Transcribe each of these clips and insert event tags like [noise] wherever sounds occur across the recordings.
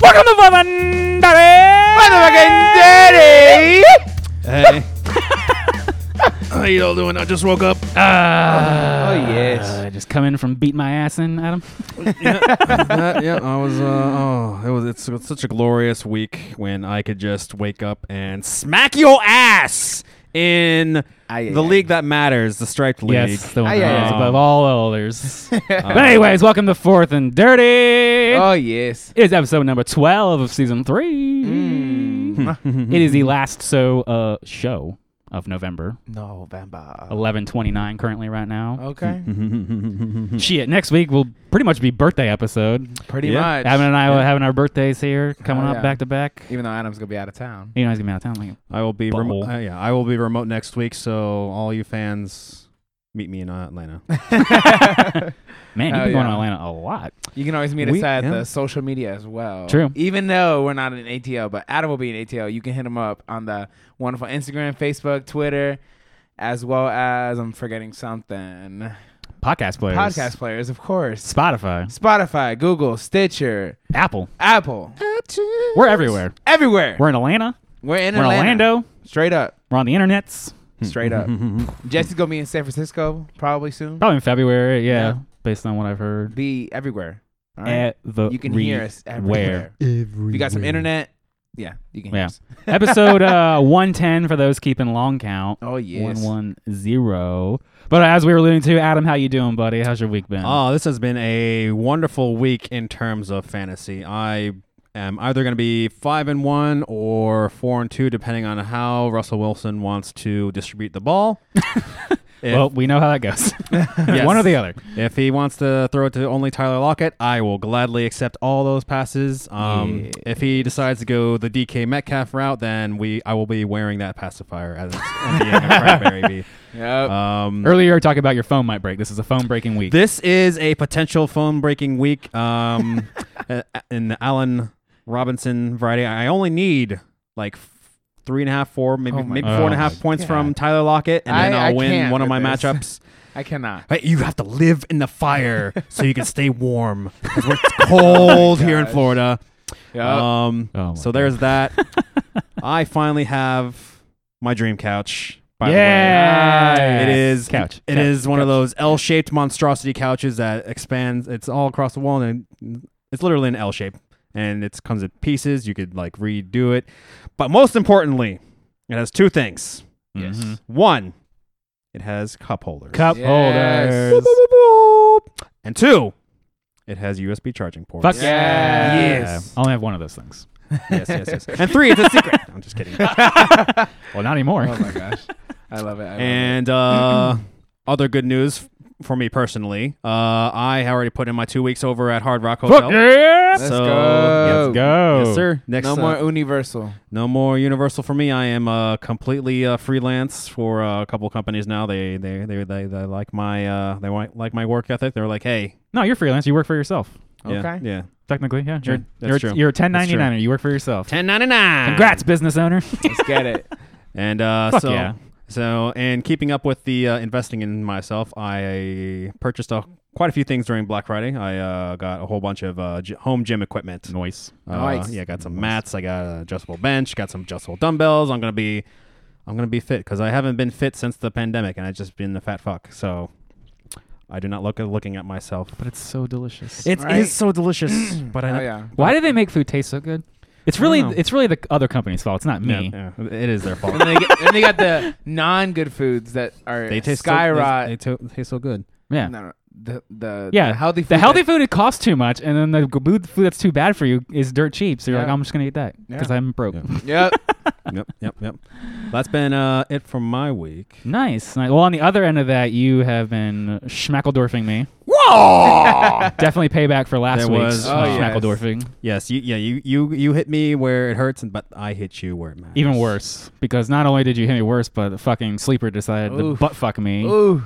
Welcome to Mandare! [laughs] Hey. How you all doing? I just woke up. oh Ah, yes. Uh, just come in from beat my ass in, Adam. Uh, yeah, I was. Uh, oh, it was. It's, it's such a glorious week when I could just wake up and smack your ass in Aye, aye, the aye. league that matters, the striped league. [laughs] Yes, the one Aye, that aye, is aye. above all [laughs] others. Uh, but anyways, welcome to Fourth and Dirty. Oh yes. it is episode number twelve of season three. Mm. it is the last so uh show of November. November. Eleven twenty nine currently right now. Okay. [laughs] Oh. Shit, next week will pretty much be birthday episode. Pretty Yeah. much. Adam and I are having our birthdays here, coming Oh, up yeah. back to back. Even though Adam's gonna be out [laughs] of town. You know he's gonna be out of town. Like, I will be remote. Butthole. Uh, yeah, I will be remote next week. So all you fans, meet me in Atlanta. man, you've Oh, been going to yeah. Atlanta a lot. You can always meet We- us at yeah. the social media as well. True. Even though we're not in ATL, but Adam will be in ATL. You can hit him up on the wonderful Instagram, Facebook, Twitter, as well as I'm forgetting something. Podcast players, Podcast players, of course. Spotify, Spotify, Google, Stitcher, Apple. Apple, We're everywhere. everywhere. We're in Atlanta. We're in We're in Atlanta. Orlando. Straight up. We're on the internets. [laughs] Straight up. Jesse's gonna be in San Francisco probably soon. Probably in February. Yeah, Yeah. based on what I've heard. Be everywhere. All right. At the you can re- hear [laughs] us where. everywhere. If you got some internet, yeah, you can hear Yeah. us. Episode uh, 110 for those keeping long count. Oh yes. 110. But as we were alluding to, Adam, how you doing, buddy? How's your week been? Oh, this has been a wonderful week in terms of fantasy. I am either going to be five and one or four and two, depending on how Russell Wilson wants to distribute the ball. if, well, we know how that goes. [laughs] Yes. One or the other. if he wants to throw it to only Tyler Lockett, I will gladly accept all those passes. Um, If he decides to go the DK Metcalf route, then we I will be wearing that pacifier as and being a cranberry bee. Yep. Uh, Um, Earlier, you were talking about your phone might break. This is a phone breaking week. This is a potential phone breaking week [laughs] um, uh, in the Allen Robinson variety. I only need like f- three and a half, four, maybe Oh my maybe four and a God. half Oh my points from God. Tyler Lockett, and then I- I'll I win can't one of my with this. [laughs] matchups. I cannot. Hey, you have to live in the [laughs] fire so you can stay warm 'cause we're cold here in Oh gosh. Florida. Yep. Um, Oh my so there's that. [laughs] I finally have my dream couch. By the way, Yeah. it is Couch. It is Couch. one of those L-shaped monstrosity couches that expands. It's all across the wall, and it's literally an L shape, and it comes in pieces. You could like redo it, but most importantly, it has two things. Yes. Mhm. One, it has cup holders. Cup Yes. holders. Boop, boop, boop. And two, it has USB charging ports. Fuck Yes. yeah. Yes. I only have one of those things. yes, yes, yes. And three, it's a secret. [laughs] I'm just [laughs] kidding. Well, not anymore. [laughs] oh my gosh. I love it. I love And uh, other good news f- for me personally, uh, I already put in my two weeks over at Hard Rock Hotel. Fuck yeah. it. Let's so- go. Let's go. Yes, sir. Next, No uh, more Universal. no more Universal for me. I am uh, completely uh, freelance for uh, a couple companies now. They they they they, they like my uh, they wa- like my work ethic. They're like, hey, No, you're freelance. You work for yourself. yeah, Okay. yeah, Technically, yeah. You're, that's you're, true. you're a That's true. 1099er. You work for yourself. ten ninety nine. Congrats, business owner. [laughs] Let's get it. And uh, Fuck so, yeah. so, and keeping up with the uh, investing in myself, I purchased a, quite a few things during Black Friday. I uh, got a whole bunch of uh, g- home gym equipment. Noise. Uh, Nice. Yeah, got some mats. I got an adjustable bench. Got some adjustable dumbbells. I'm gonna be, I'm gonna be fit because I haven't been fit since the pandemic, and I've just been a fat fuck. So, I do not look at looking at myself. But it's so delicious. It is Right. so [clears throat] delicious, but Oh I. yeah. Why do they make food taste so good? It's I don't really know. it's really the other company's fault. It's not [laughs] Yeah, me. yeah, it is their fault. [laughs] and, they get, and they got the non-good foods that are they taste So, they, skyrocket. they to- taste so good. Yeah. no, no, the, the Yeah, the healthy food The healthy that- food it costs too much, and then the g- food food that's too bad for you is dirt cheap. So you're Yeah. like, I'm just gonna eat that because Yeah. I'm broke. Yeah. Yep. yep, yep, yep. That's been uh, it for my week. [laughs] Nice. nice. Well, on the other end of that, you have been schmackeldorfing me. Whoa! Definitely payback for last There week's was- uh, Oh, yes. schmackeldorfing. [laughs] Yes, you, yeah, you, you, you hit me where it hurts, and but I hit you where it matters. Even worse, because not only did you hit me worse, but the fucking sleeper decided to Oof. butt fuck me. Ooh.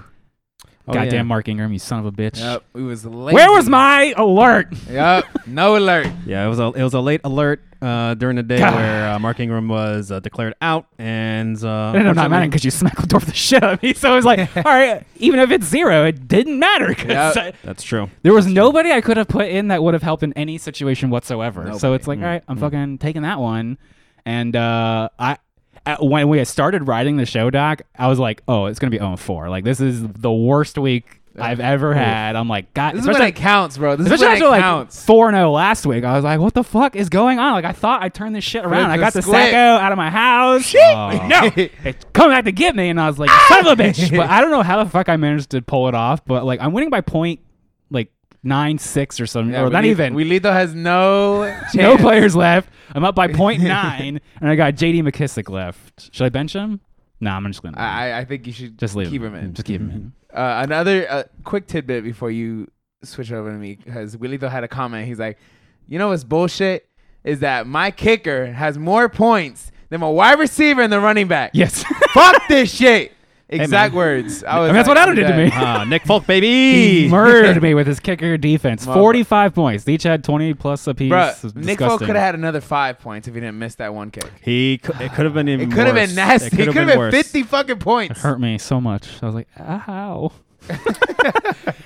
Oh, Goddamn yeah. Mark Ingram, you son of a bitch. Yep, we was late. Where was my [laughs] alert? Yep, no alert. Yeah, it was a it was a late alert uh, during the day God. where uh, Mark Ingram was uh, declared out, and uh, And I'm not mad unfortunately- because you smacked [laughs] the shit out of me. So it was like, all right, even if it's zero, it didn't matter 'cause Yep. I- [laughs] That's true. there was nobody I could have put in that would have helped in any situation whatsoever. So Nobody. Hmm. it's like, all right, I'm fucking taking that one. And uh, I, at, when we started writing the show doc, I was like, oh, it's gonna be 0 and 4. Like this is the worst week I've ever had. I'm like, God, This is especially when it counts, bro. This is Especially when it after like counts. four and zero last week, I was like, "What the fuck is going on?" Like I thought I turned this shit around. I the got the squid. sacco out of my house. Oh. [laughs] No, it's coming back to get me, and I was like, "Son of a bitch!" But I don't know how the fuck I managed to pull it off. But like, I'm winning by point like nine six or something, Yeah, or we not leave- even. We Lito has no [laughs] chance. [laughs] no players left. I'm up by point nine, and I got J.D. McKissick left. Should I bench him? Nah, I'm just gonna I, I- I think you should just leave Uh, keep him. him in. Just keep him [laughs] in. Uh, another uh, quick tidbit before you switch over to me, because Willito had a comment. He's like, "You know what's bullshit is that my kicker has more points than my wide receiver and the running back." Yes. [laughs] [laughs] Fuck this shit. Exact words. I was mean, that's like, what Adam did to [laughs] me. Ah, Nick Folk, He baby. [laughs] murdered me with his kicker defense. Motherfucker. 45 points. They each had 20 plus apiece. Bruh, It's Nick Folk disgusting. could have had another five points if he didn't miss that one kick. He cou- it could have been even It could have worse. been nasty. It could have been, worse. 50 fucking points. Hurt me so much. I was like, [laughs] ow.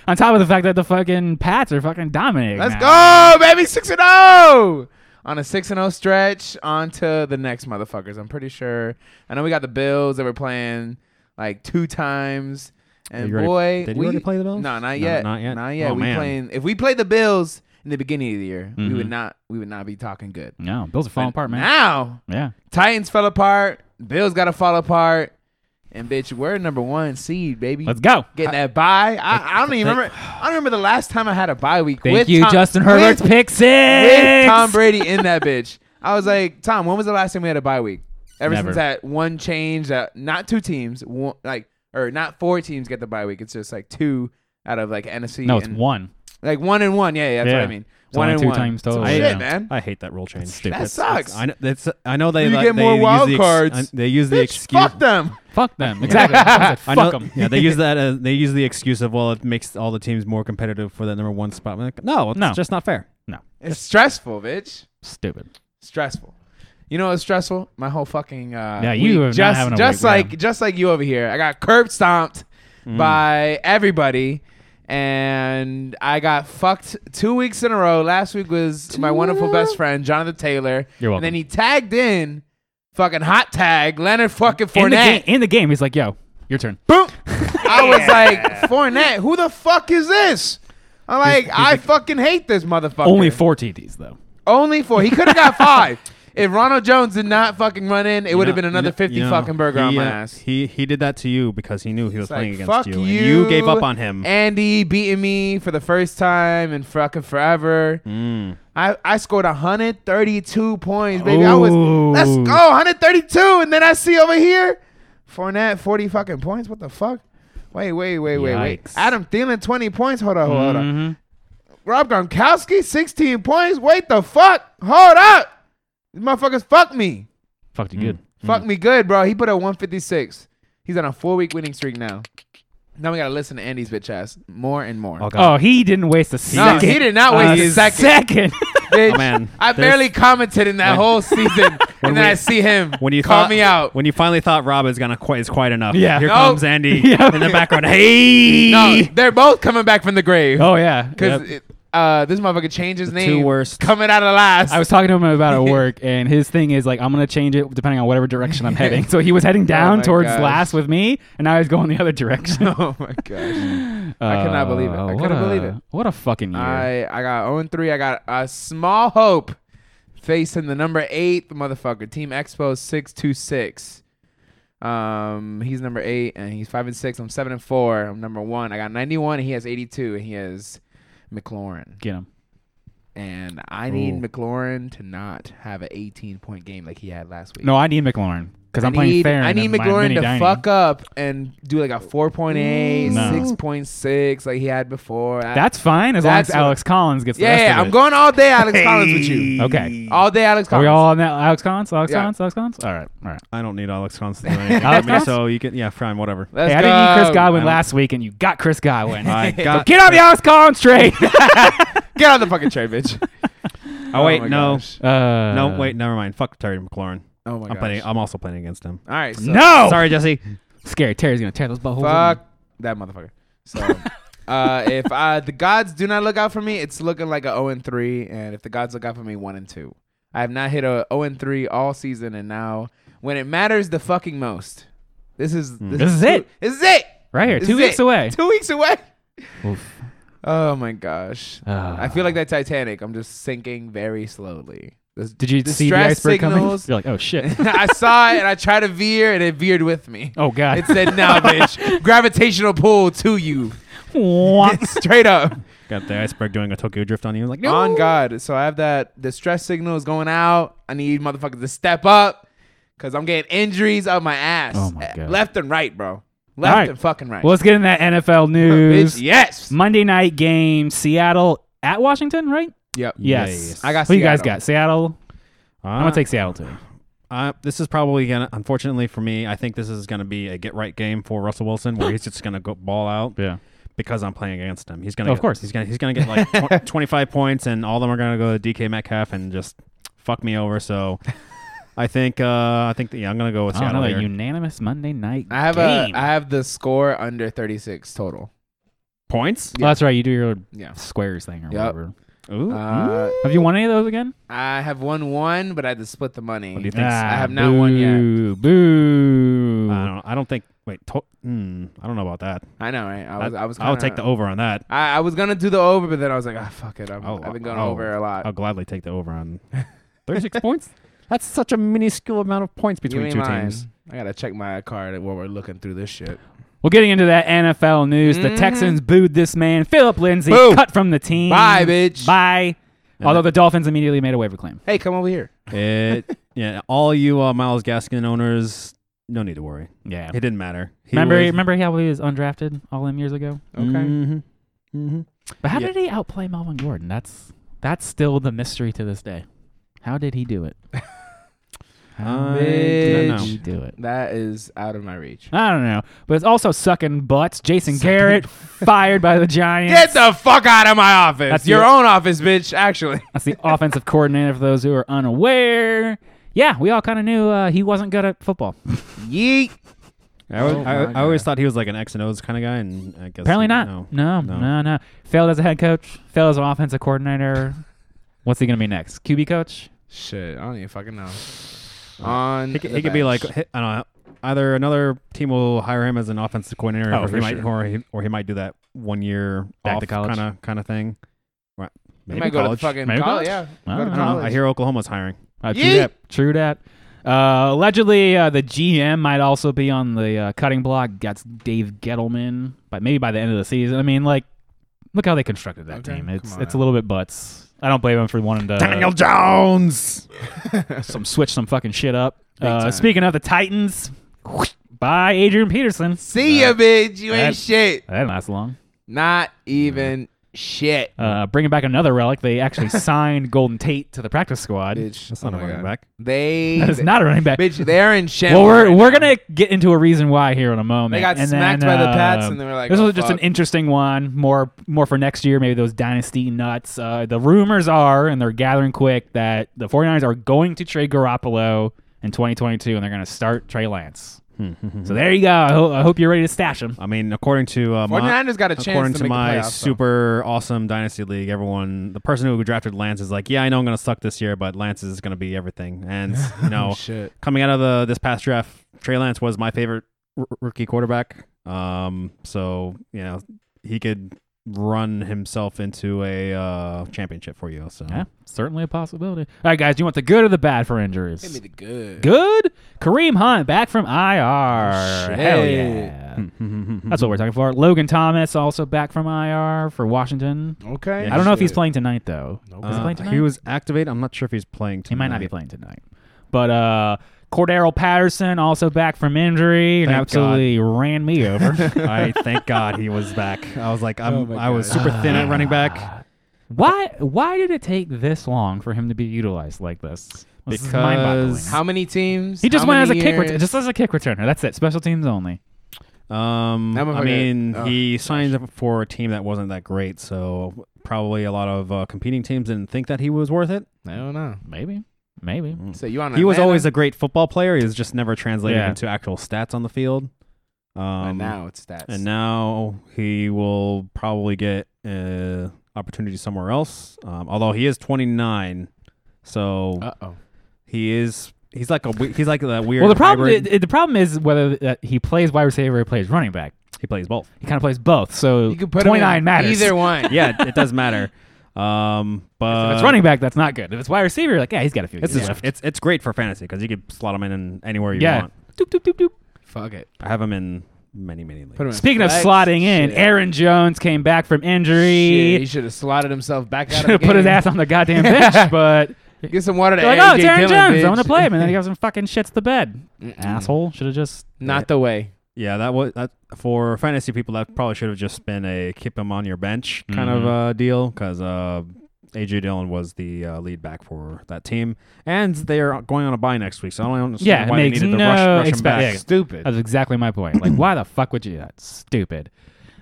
On top of the fact that the fucking Pats are fucking dominating. Let's now. go, baby. 6 and 0. On a 6 and 0 stretch, on to the next motherfuckers. I'm pretty sure. I know we got the Bills that were playing like two times. And You already- boy, did you we, already play the Bills? No, not No, yet. not yet? Not yet. Oh, we man. Mm-hmm. playing if we played the Bills in the beginning of the year, we Mhm. would not we would not be talking good. No, Bills are falling But apart, man. Now yeah. Titans fell apart. Bills got to fall apart. And bitch, we're number one seed, baby. Let's go. Getting that bye. I, I don't even remember. I don't remember the last time I had a bye week. Thank with you, Tom- Justin Herbert's with- pick six. with Tom Brady in that bitch. I was like, Tom, when was the last time we had a bye week? Ever Never. since that one change that not two teams, one, like or not four teams get the bye week. It's just like two out of like NFC. No, it's and- one. Like one and one. Yeah, yeah that's Yeah. what I mean. It's one only and two one. times total, I- Shit, yeah. man. I hate that rule change. stupid. That It's- it's- sucks. I know, it's, I know they You like, get they more use wild the ex- cards. I- they use the Bitch, excuse. fuck them. Fuck [laughs] them. Exactly. I said, I Fuck know- them. yeah, they use that. As, they use the excuse of well, it makes all the teams more competitive for that number one spot. I'm Like, no, it's No. just not fair. It's stressful, bitch. Stupid. stressful. You know what's stressful? My whole fucking uh, Yeah, you week. have not just having a just week, yeah. like just like you over here. I got curb stomped Mm. by everybody, and I got fucked two weeks in a row. Last week was my wonderful best friend Jonathan Taylor. You're And then welcome. he tagged in fucking hot tag Leonard fucking In the, game, Fournette. in the game, he's like, yo, your turn. [laughs] Boom! I was like Fournette. Who the fuck is this? I'm like I fucking hate this motherfucker. Only four TDs, though. Only four. He could [laughs] have got five. If Ronald Jones did not fucking run in, it would have You been know- another you know- 50 you know, fucking burger he, on my uh, ass. He he did that to you because he knew he was It's like, playing against fuck you, and you gave up you on him. Andy beating me for the first time in fucking forever. Mm. I, I scored 132 points, baby. I was, let's Ooh. go, 132. And then I see over here, Fournette, 40 fucking points. What the fuck? Wait, wait, wait, wait, wait. Yikes. Adam Thielen, 20 points. Hold on, hold on. Mm-hmm. Mhm. Rob Gronkowski, 16 points. Wait the fuck. Hold up. These motherfuckers fuck me. Fucked Hmm. you good. Hmm. Fuck me good, bro. He put up 156. He's on a four week winning streak now. Now we gotta listen to Andy's bitch ass more and more. Oh god. Oh, he didn't waste a second. No, he did not waste Uh, a second. [laughs] [laughs] Bitch, Oh, man. I There's- barely commented in [laughs] that When- whole season, and then we- I see him. When you call thought- me out, When you finally thought Rob is gonna quite is quite enough. Yeah. Here No. comes Andy [laughs] Yeah. in the background. Hey. no, they're both coming back from the grave Oh yeah, because Yep. uh, this motherfucker changed his The name. two worst. coming out of last. I was talking to him about it at work, and his thing is like, I'm gonna change it depending on whatever direction I'm heading. So he was [laughs] heading down Oh my towards gosh. last with me, and now he's going the other direction. [laughs] oh my gosh. [laughs] I could not believe it. I Uh, couldn't what a- believe it. What a fucking year! I I got 0 and 3. I got a small hope facing the number eight motherfucker, Team Expo 626. Um, he's number eight and he's five and six. I'm seven and four. I'm number one. I got 91 and he has 82 and he has McLaurin. Get him. And I need Ooh. McLaurin to not have an 18 point game like he had last week. No, I need McLaurin. because I I'm playing need- fair. I in the- need my mini McLaurin to dining. fuck up and do like a 4.8, No. 6.6 like he had before. I- That's fine as long as That's what- Alex Collins gets. the yeah, rest yeah, of I'm it. going all day Alex Collins with you. Okay. All day Alex Are Collins. we all on that? Alex Collins. Alex Yeah. Collins. Alex Collins. All right. All right. I don't need Alex [laughs] Constant. Alex Alex I mean, Collins? so you can, yeah, fine, whatever. Let's Hey, I didn't need Chris go. Godwin I don't- last week, and you got Chris Godwin. I [laughs] So got. get on the Alex Collins [laughs] trade. Get on the fucking train, bitch. [laughs] Oh wait, my no, gosh. Uh, no, wait, never mind. Fuck Terry McLaurin. Oh my I'm god. playing. I'm also playing against him. All right. So No. Sorry, Jesse. Scary Terry's gonna tear those buttholes. Fuck that motherfucker. [laughs] So, uh, if uh, the gods do not look out for me, it's looking like a 0 and 3. And if the gods look out for me, 1 and 2. I have not hit a 0 and 3 all season. And now, when it matters the fucking most, this is This is it. This is it. Right here, This two is weeks it. away. Two weeks away. Oof. Oh my gosh. Ah. I feel like that Titanic. I'm just sinking very slowly. This- Did you the see the stress iceberg signals- coming? You're like, oh shit. [laughs] I saw it and I tried to veer and it veered with me. Oh god. It [laughs] said, "Now, bitch, gravitational pull to you, Wah. [laughs] straight up." Got the iceberg doing a Tokyo drift on you. Like no. On God, so I have that. The stress signal is going out. I need motherfuckers to step up because I'm getting injuries up my ass, Oh, my Uh, God. left and right, bro, left right. and fucking right. well, let's get in that NFL news. Mm. [laughs] bitch, yes. Monday night game, Seattle at Washington, right? Yep. Yes. Yes. I got. Who you guys Seattle. got? Seattle. I'm Uh, gonna take Seattle too. Uh, this is probably gonna. Unfortunately for me, I think this is gonna be a get right game for Russell Wilson, where he's just gonna go ball out Yeah. because I'm playing against him. He's gonna. Of get- course. He's gonna. He's gonna get like [laughs] tw- 25 points, and all of them are gonna go to DK Metcalf and just fuck me over. So, [laughs] I think. Uh, I think. that- Yeah, I'm gonna go with Oh, Seattle. another here. unanimous Monday night I have game. a. I have the score under 36 total. points. Oh, that's right. You do your Yeah. squares thing or Yep. whatever. Ooh. Uh, Have you won any of those again? I have won one, but I had to split the money. What do you think? Ah, I have not won yet. boo, Boo. I don't. I don't think. Wait. To- mm, I don't know about that. I know, right? I was. I, was. I would kinda- take the over on that. I, I was gonna do the over, but then I was like, ah, fuck it. I'm, Oh, I've been going oh, over a lot. I'll gladly take the over [laughs] on 36 points. That's such a minuscule amount of points Give between me two mine. teams. I gotta check my card while we're looking through this shit. Well, getting into that NFL news, the Mhm. Texans booed this man, Philip Lindsay, Boo. cut from the team. Bye, bitch. Bye. Although the Dolphins immediately made a waiver claim. Hey, come over here. [laughs] It, yeah, all you uh, Miles Gaskin owners, no need to worry. Yeah. It didn't matter. He remember, was- remember how he was undrafted all them years ago. Okay. Mhm. Mhm. But how Yeah. did he outplay Melvin Gordon? That's that's still the mystery to this day. How did he [laughs] do it? how Uh, I did don't he know. do it? That is out of my reach. I don't know, but it's also sucking butts. Jason [laughs] Garrett fired by the Giants. Get the fuck out of my office. That's your your- own office, bitch. Actually, [laughs] That's the offensive coordinator for those who are unaware. Yeah, we all kind of knew uh, he wasn't good at football. yeet. I, always, Oh, I, my I always God. thought he was like an X and O's kind of guy, and I guess Apparently he- not. Mm. No. No. No, No. no, Failed as a head coach. Failed as an offensive coordinator. What's he going to be next? QB coach? Shit, I don't even fucking know. On He, could- the he could be like, bench. he- I don't know. Either another team will hire him as an offensive coordinator, Oh, or, for he might, sure. or, he, or he might do that one year Back off to college. kind of kind of thing. Right. You [laughs] Maybe might go to the college. fucking Maybe college. college? Yeah, I don't I, go to don't know. college. I hear Oklahoma's hiring. Uh, true Yeet. that. True that. Uh, allegedly, uh, the GM might also be on the uh, cutting block. That's Dave Gettleman, but maybe by the end of the season. I mean, like, look how they constructed that Okay, team. It's come on it's now. a little bit butts. I don't blame him for wanting to Uh, Jones. some switch some fucking shit up. Uh, time. speaking of the Titans, bye Adrian Peterson. See ya, bitch. You ain't that- shit. That didn't last long. Not even shit, Uh, bringing back another relic, they actually [laughs] signed Golden Tate to the practice squad. bitch. That's not Oh a my running God. back. [laughs] They, That is not a running back. [laughs] bitch. They're in shit. well, we're we're gonna get into a reason why here in a moment. They got And smacked then, by the uh, Pats, and they were like, this oh, was just an fuck. interesting one. More more for next year. Maybe those dynasty nuts. Uh, the rumors are, and they're gathering quick, that the 49ers are going to trade Garoppolo in 2022, and they're going to start Trey Lance. Hmm, so there you go. I, ho- I hope you're ready to stash him. I mean, according to uh, my, 49ers got a according chance to, to make my the playoffs, though. super awesome dynasty league, everyone, the person who drafted Lance is like, yeah, I know I'm gonna suck this year, but Lance is gonna be everything. And you know, Oh, Shit. coming out of the this past draft, Trey Lance was my favorite r- rookie quarterback. Um, so you know, he could run himself into a uh, championship for you. So Yeah, certainly a possibility. All right, guys, do you want the good or the bad for injuries? Give me the good. good. Kareem Hunt back from IR. Shit. Hell yeah. Mm-hmm. Hmm. [laughs] That's what we're talking for. Logan Thomas also back from IR for Washington. Okay. I don't know if he's Shit. playing tonight though. Nope. Is he Uh, playing tonight? he was activated. I'm not sure if he's playing. Tonight. He might not be playing tonight. But uh Cordero Patterson also back from injury and Thank absolutely ran me [laughs] over. I thank God he was back. I was like, Oh I'm, my I was God. super thin at running Ah. back why? Why did it take this long for him to be utilized like this? This is mind-boggling. Because- How many teams? he just How went as a many kick, ret- years? just as a kick returner. That's it. Special teams only. Um, That I motherfucker- mean, oh, he signed up for a team that wasn't that great, so probably a lot of uh, competing teams didn't think that he was worth it. I don't know. Maybe, maybe. So you on? He was Atlanta? always a great football player. He was just never translated Yeah. into actual stats on the field. Um, And now it's stats. and now he will probably get uh, opportunity somewhere else. Um, although he is 29, so Uh oh. he is he's like a we- he's like that weird. Well, the problem hybrid. i- i- the problem is whether uh, he plays wide receiver or plays running back. he plays both. He kind of plays both, so You could put him in 29 matters. [laughs] Either one. yeah, it does matter. [laughs] Um, but Uh, if it's running back, that's not good. If it's wide receiver, like yeah, he's got a few It's, years just- left. it's it's great for fantasy because you can slot them in, in anywhere you Yeah. want. Doop, doop, doop, doop. Fuck it. I have them in many many leagues. Put him in Speaking of flex. slotting in, Shit. Aaron Jones came back from Shit, [laughs] he injury. should have slotted [laughs] himself back Should out. have of the put his game. ass on the goddamn bench, but [laughs] Get some water to they're like, AJ oh, it's Aaron Dillon, Jones. bitch. Mm. I'm gonna play him, and then [laughs] he goes and fucking shits the bed. Mm-mm. Asshole. Should have just Not the way. Yeah, that was that for fantasy people. That probably should have just been a keep him on your bench kind Mm-hmm. of uh, deal because uh, AJ Dillon was the uh, lead back for that team, and they are going on a bye next week. So I don't understand Yeah, it why they makes needed to no rush, rush him expe- back. yeah. Stupid. That's exactly my point. [clears throat] Like, why the fuck would you do that? Stupid.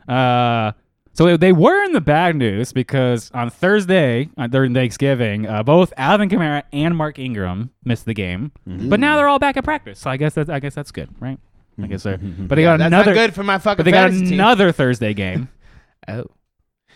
Uh, so they were in the bad news because on Thursday, uh, during Thanksgiving, uh, both Alvin Kamara and Mark Ingram missed the game. Mm-hmm. But now they're all back at practice. So I guess that's I guess that's good, right? I guess they're. But they got Mm-hmm. That's another. not good for my fucking But they got fantasy another Thursday [laughs] game. team. Oh.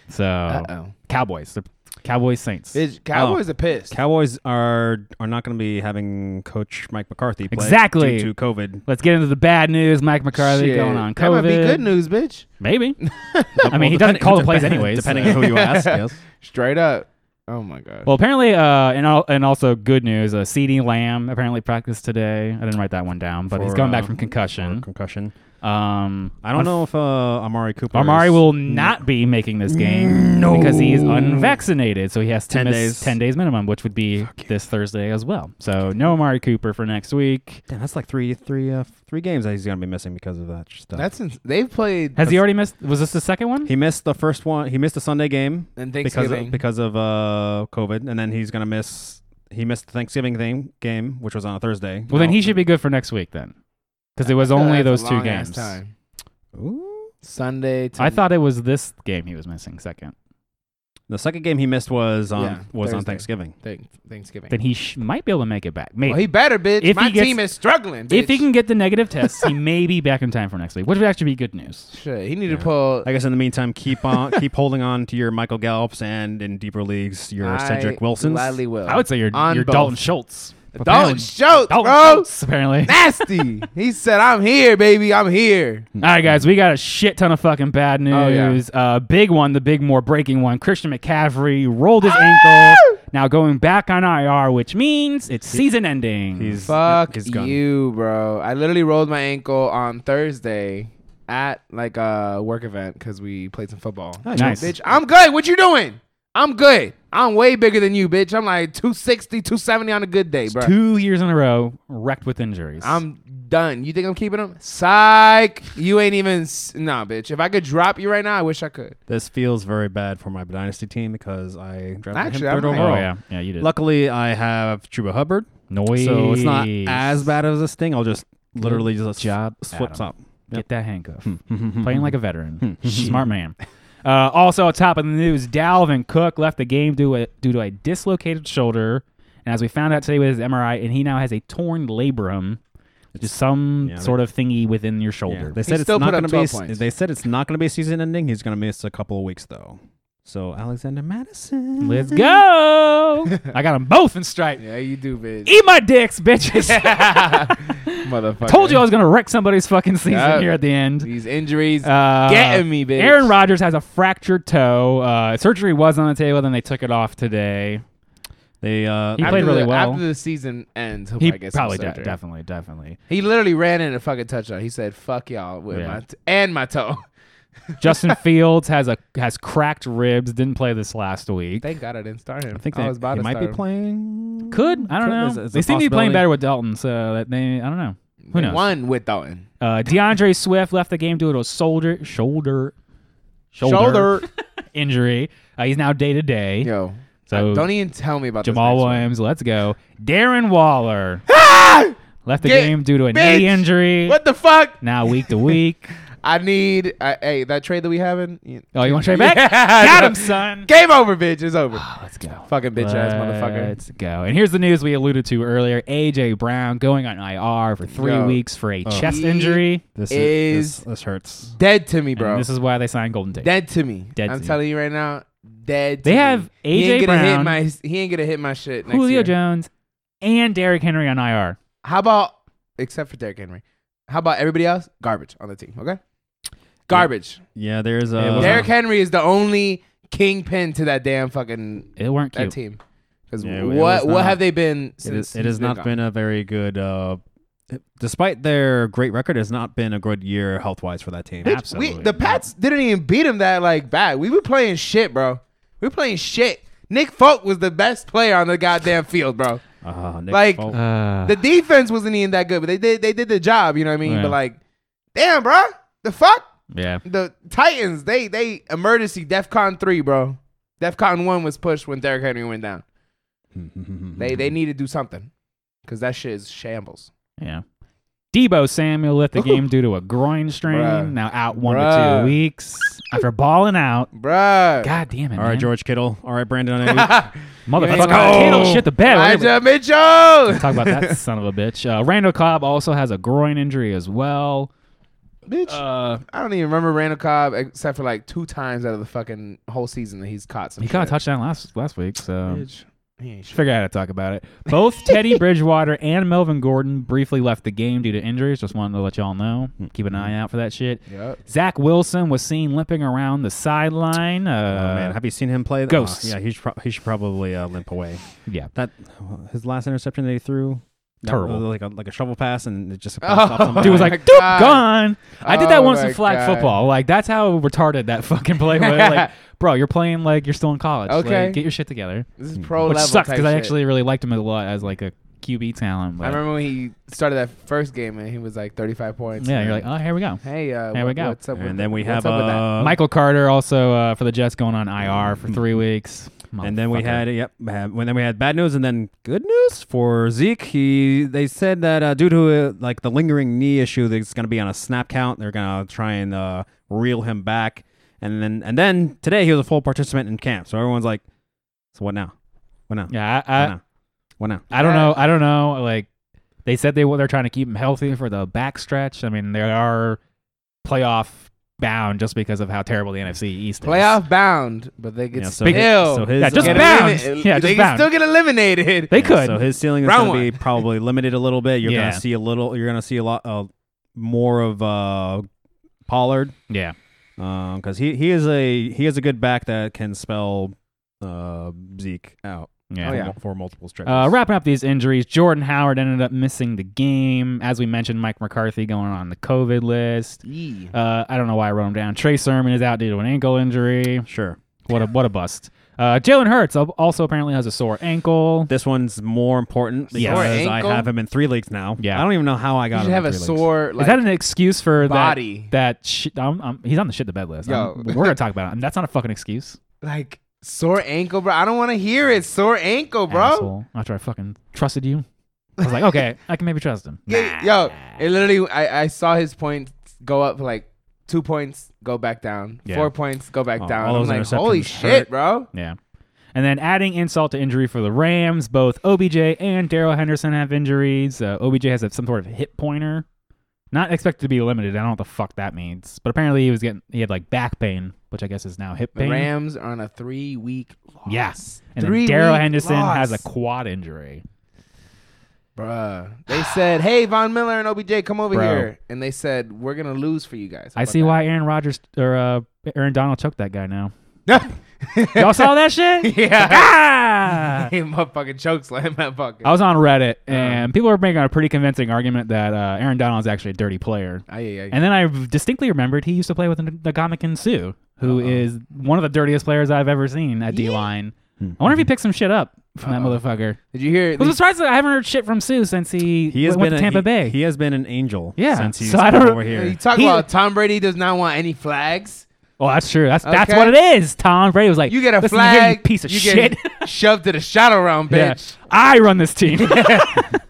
So Uh oh. Cowboys, the Cowboys Saints. Bitch, Cowboys Oh. are pissed. Cowboys are are not going to be having Coach Mike McCarthy play Exactly. due to COVID. Let's get into the bad news. Mike McCarthy Shit. going on COVID. That might be good news, bitch. Maybe. [laughs] I mean, he doesn't Depending- call the plays depending- anyways. depending so. on who [laughs] you ask. Yes. Straight up. Oh my god. Well, apparently, uh, and al- and also good news. Uh, C.D. Lamb apparently practiced today. I didn't write that one down, but he's For, coming back uh, from Or concussion. concussion. Um, I don't know if uh, Amari Cooper. Amari is- will not be making this game No. because he is unvaccinated, so he has to 10 miss days. ten days minimum, which would be this Thursday as well. So no Amari Cooper for next week. Damn, that's like three, three, uh, three games that he's gonna be missing because of that stuff. That's ins- they've played Has he already missed? Was this the second one? he missed the first one. He missed the Sunday game and because Thanksgiving. of, because of uh, COVID, and then he's gonna miss. He missed the Thanksgiving thing, game, which was on a Thursday. well, then he should be good for next week then, because it was only That's a those two long ass games. time. Ooh. Sunday. To I thought it was this game he was missing second. The second game he missed was on Yeah, was on Thursday. Thanksgiving. Thank- Thanksgiving. Then he sh- might be able to make it back. Maybe. well, he better, bitch. If my he gets- team is struggling. Bitch. If he can get the negative tests, [laughs] he may be back in time for next week, which would actually be good news. Shit, he need to Yeah. pull. I guess in the meantime, keep on, [laughs] keep holding on to your Michael Gallups and in deeper leagues your Cedric I Wilsons. Gladly will. I would say you're, On you're both. Dalton Schultz. Dalton Schultz, Dalton bro. Schultz, apparently. Nasty. he said, "I'm here, baby. I'm here." All right, guys, we got a shit ton of fucking bad Oh, yeah. news. Uh, big one, the big, more breaking one. Christian McCaffrey rolled Ah! his ankle. Now going back on IR, which means it's season ending. He's Fuck he's gone. you, bro. I literally rolled my ankle on Thursday at like a work event because we played some football. Nice. Bitch, I'm good. What you doing? I'm good. I'm way bigger than you, bitch. I'm like 260, 270 on a good day, bro. Two years in a row wrecked with injuries. I'm done. You think I'm keeping him? Psych. You ain't even. s- Nah, bitch. If I could drop you right now, I wish I could. This feels very bad for my dynasty team because I drafted Actually, I him third might. oh, overall. yeah. Yeah, you did. Luckily, I have Chuba Hubbard, Noise. so it's not as bad as this thing. I'll just literally just job, flip Adam. top. Get that handcuff. Hmm. Playing like a veteran. Smart man. Uh, also, top of the news, Dalvin Cook left the game due, a, due to a dislocated shoulder. And as we found out today with his MRI, and he now has a torn labrum, which is some yeah, sort of thingy within your Yeah. shoulder. They said it's still not put up going to 12 be. points. They said it's not going to be season ending. He's going to miss a couple of weeks though. So Alexander Madison. Let's go. I got them both in stripe. Yeah, you do, bitch. Eat my dicks, [laughs] bitches. [laughs] Motherfucker. Told you I was going to wreck somebody's fucking season Yeah. here at the end. These injuries Uh, getting me, bitch. Aaron Rodgers has a fractured toe. Uh, surgery was on the table, then they took it off today. They uh, He After played the- really well. After the season ends, he'll He probably get some probably de- surgery. definitely, definitely. He literally ran in a fucking touchdown. He said, "Fuck y'all" with Yeah. [laughs] my t- and my toe. [laughs] Justin Fields has a has cracked ribs. Didn't play this last week. Thank God I didn't start him. I think I they- was about he to might start be him. playing. Could I don't Could- know. is- is they a seem to be possibility. playing better with Dalton, so that they I don't know. Who They knows? Won with Dalton. Uh, DeAndre Swift left the game due to a shoulder shoulder Shoulder. [laughs] injury. Uh, he's now day to day. Yo. So- don't even tell me about Jamal this next one. Williams, let's go. Darren [laughs] Waller left the Get- game due to a bitch! knee injury. What the fuck? Now week to [laughs] week. I need. I, hey, that trade that we having. you- Oh, you want to trade back? Yeah. Got him, son. Game over, bitch. It's over. Ah, Let's go. Fucking bitch ass motherfucker. Let's go. And here's the news we alluded to earlier: AJ Brown going on IR for three Yo. Oh. weeks for a chest He injury. This Is- is this, this hurts. Dead to me, And bro. this is why they signed Golden Tate. dead to me. Dead I'm to you. telling you right now, dead. To They me. have He ain't AJ gonna hit Brown. my. He ain't gonna hit my shit. Next Julio year. Jones and Derrick Henry on IR. How about except for Derrick Henry? How about everybody else? Garbage on the team. Okay. Garbage. Yeah, there's a Yeah, uh, wasn't- Derrick Henry is the only kingpin to that damn fucking It weren't that cute. team. Because Yeah, it what was what not- have they been It, since? is, it he's has not gone? been a very good. Uh, despite their great record, it has not been a good year health wise for that team. Bitch, Absolutely We, the not. Pats didn't even beat him that like bad. We were playing shit, bro. We were playing shit. Nick Folk was the best player on the goddamn field, bro. Uh, Nick Like- Folk. Uh, The defense wasn't even that good, but they did they did the job. You know what I mean? Yeah. But like, damn, bro, the fuck yeah. the Titans they they emergency DefCon three, bro. DefCon one was pushed when Derrick Henry went down. Oh. Mm-hmm. They they need to do something because that shit is shambles. Yeah. Debo Samuel left the Ooh. game due to a groin strain. Bruh. Now out one to Bruh. two weeks after balling out. Bruh. God damn it, all right, man. George Kittle. All right, Brandon. [laughs] Ayuk. Motherfucker. Let's go. oh. Kittle shit the bed. We're gonna Elijah Mitchell. Talk about [laughs] that son of a bitch. Uh, Randall Cobb also has a groin injury as well. Bitch. Uh, I don't even remember Randall Cobb except for like two times out of the fucking whole season that he's caught some he caught a shit. touchdown last last week, so Bitch. He ain't shit. figure out how to talk about it. Both [laughs] Teddy Bridgewater and Melvin Gordon briefly left the game due to injuries. Just wanted to let y'all know. Hmm. Keep an eye out for that shit. Yup. Zach Wilson was seen limping around the sideline. Uh, Oh, man, have you seen him play? Ghosts. Uh, yeah, he should, pro- he should probably uh, limp away. yeah. That his last interception that he threw, that Terrible. was like a, like a shovel pass, and it just [laughs] Oh. popped off Dude was my like, doop, God. gone. I did Oh that once my in flag God. football. Like, that's how retarded that fucking play was. like, [laughs] bro, you're playing like you're still in college. Like, Okay. get your shit together. This is pro Mm. Which level. sucks because because I actually really liked him a lot as like a QB talent. But, I remember when he started that first game and he was like 35 points. yeah, And you're like, oh, here we go. hey, uh, There what- we go. What's up? with And then we what's have up with that? uh, Michael Carter also uh, for the Jets going on IR for three weeks. Mm-hmm. And then we Motherfucker. had yep. Had, when then we had bad news and then good news for Zeke. He they said that uh, due to uh, like the lingering knee issue, that it's going to be on a snap count. They're going to try and uh, reel him back. And then and then today he was a full participant in camp. So everyone's like, so what now? What now? yeah. What I, I, now? What now? I don't know. I don't know. Like they said they they're trying to keep him healthy for the backstretch. I mean, they are playoff bound just because of how terrible the NFC East is. playoff bound, but they get Yeah, so, still his- so his Yeah, just uh, get bound. [laughs] elimin- Yeah, they just can bound. still get eliminated. They yeah, could. So his ceiling is Round going to [laughs] be probably limited a little bit. You're Yeah. going to see a little. You're going to see a lot. Uh, more of uh, Pollard. yeah. because he, he is a he is a good back that can spell uh, Zeke out Yeah. Oh, for, yeah. mul- for multiple stretches. Uh, wrapping up these injuries, Jordan Howard ended up missing the game. As we mentioned, Mike McCarthy going on the COVID list. Yee. Uh, I don't know why I wrote him down. Trey Sermon is out due to an ankle injury. sure. What a what a bust. Uh, Jalen Hurts al- also apparently has a sore ankle. This one's more important Yeah. because Sore I ankle? have him in three leagues now. Yeah. I don't even know how I got You should him have in a three leagues. sore. is Like, that an excuse for body? that? That sh- I'm, I'm, he's on the shit the bed list. I'm- Yo. we're gonna talk about it. That's not a fucking excuse, like sore ankle, bro. I don't want to hear it. Sore ankle, bro. asshole. After I fucking trusted you, I was like, okay, I can maybe trust him. Yeah, Nah. yo, it literally. I, I saw his points go up like two points, go back down. Yeah. Four points, go back Oh, down. all I'm those like, interceptions holy hurt. shit, bro. Yeah. And then adding insult to injury for the Rams, both OBJ and Daryl Henderson have injuries. Uh, OBJ has a, some sort of hip pointer. Not expected to be limited. I don't know what the fuck that means. But apparently he was getting he had like back pain, which I guess is now hip The pain. Rams are on a three week loss. Yes. And Three then Daryl week Henderson has a loss. quad injury. Bruh. They said, hey, Von Miller and OBJ, come over Bro. here. And they said, we're going to lose for you guys. How I [laughs] about see that? why Aaron Rodgers or uh, Aaron Donald choked that guy now. Y'all saw that shit? [laughs] Yeah. Ah! [laughs] He motherfucking chokeslam that fucker. I was on Reddit Uh-huh. and people were making a pretty convincing argument that uh, Aaron Donald is actually a dirty player. Aye, aye, aye. And then I distinctly remembered he used to play with Nagamakin Sue, who is one of the dirtiest players I've ever seen at D line. Hmm. I Mm-hmm. wonder if he picked some shit up from that motherfucker. Did you hear? I was surprised that I haven't heard shit from Sue since he, He has went been to a- Tampa he- Bay. He has been an angel Yeah, since he's so I come don't- over here. you talk He- about Tom Brady does not want any flags. well, that's true. That's that's Okay. what it is. Tom Brady was like, You get a "Listen here, you flag, piece of you shit." [laughs] [laughs] Get shoved to the shadow round, Yeah. bitch. I run this [laughs] team. [laughs]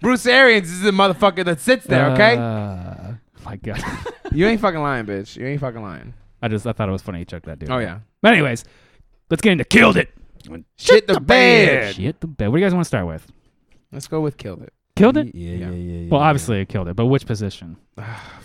Bruce Arians is the motherfucker that sits there. Okay, Uh, my God. [laughs] you ain't fucking lying, bitch. You ain't fucking lying. I just I thought it was funny he checked that dude. Oh yeah, But anyways, let's get into killed it. shit the bed. Shit the bed. What do you guys want to start with? Let's go with killed it. Killed it? Yeah, yeah, yeah. yeah, Well, yeah. obviously it killed it, but which position?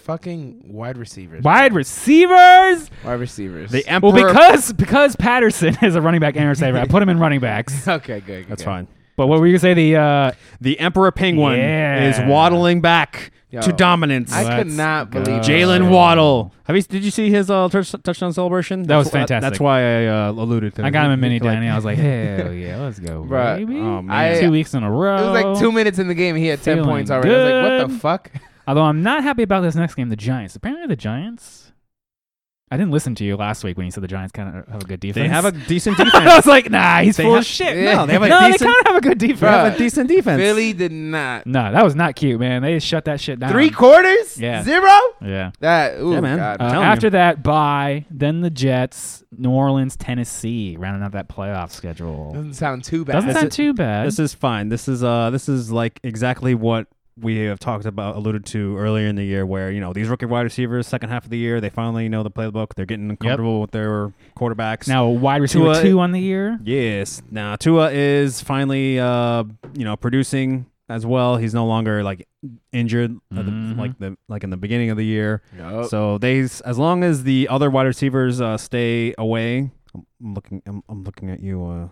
Fucking wide receivers. Wide receivers. Wide receivers. the emperor. Well, because because Patterson [laughs] is a running back interceptor, I put him in running backs. [laughs] okay, good. good, that's good. fine. But what were you gonna say? The uh, The emperor penguin Yeah. is waddling back Yo. to dominance. I could Let's not go. believe Jalen that. Waddle. Oh. Have you? Did you see his uh, touch, touchdown celebration? That was That's why- fantastic. That's why I uh, alluded to. I got him in mini Like, Danny. I was [laughs] like, hell yeah, let's go, Bruh, baby. oh, man. Two weeks in a row. It was like two minutes in the game. He had ten Feeling points already. I was like, what good. the fuck? Although I'm not happy about this next game, the Giants. Apparently, the Giants. I didn't listen to you last week when you said the Giants kind of have a good defense. They [laughs] have a [laughs] decent I defense. was like, nah, he's They full have- of shit. Yeah. [laughs] No, they have a no, they decent. kind of have a good defense. They have a Bruh. decent defense. Philly did not. No, that was not cute, man. They shut that shit down. Three quarters? Yeah. Zero? Yeah. That ooh, Yeah, man. Uh, God. I'm telling after that, bye. Then the Jets, New Orleans, Tennessee, rounding out that playoff schedule. doesn't sound too bad. Doesn't This sound is- too bad. This is fine. This is uh this is like exactly what we have talked about alluded to earlier in the year where, you know, these rookie wide receivers, second half of the year, they finally know the playbook. They're getting comfortable with their quarterbacks. now wide receiver Tua- two on the year. Yes. Now Tua is finally uh you know, producing as well. He's no longer like injured at the- Mhm. like the like in the beginning of the year. Oh. Yup. So they as long as the other wide receivers uh stay away. I'm, I'm looking I'm, I'm looking at you uh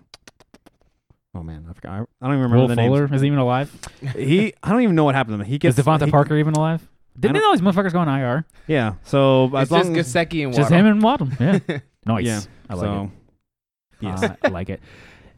Oh man, I forgot. I, I don't even remember Will the names Fuller is he even alive? he I don't even know what happened to him. He Is gets Devonta he- Parker even alive? Didn't I they know these motherfuckers go on IR? Yeah. So as it's long just as Gasecki and Just Waddle. him and Waddle. [laughs] Yeah. nice. Yeah. I like it. so yes. [laughs] I like it.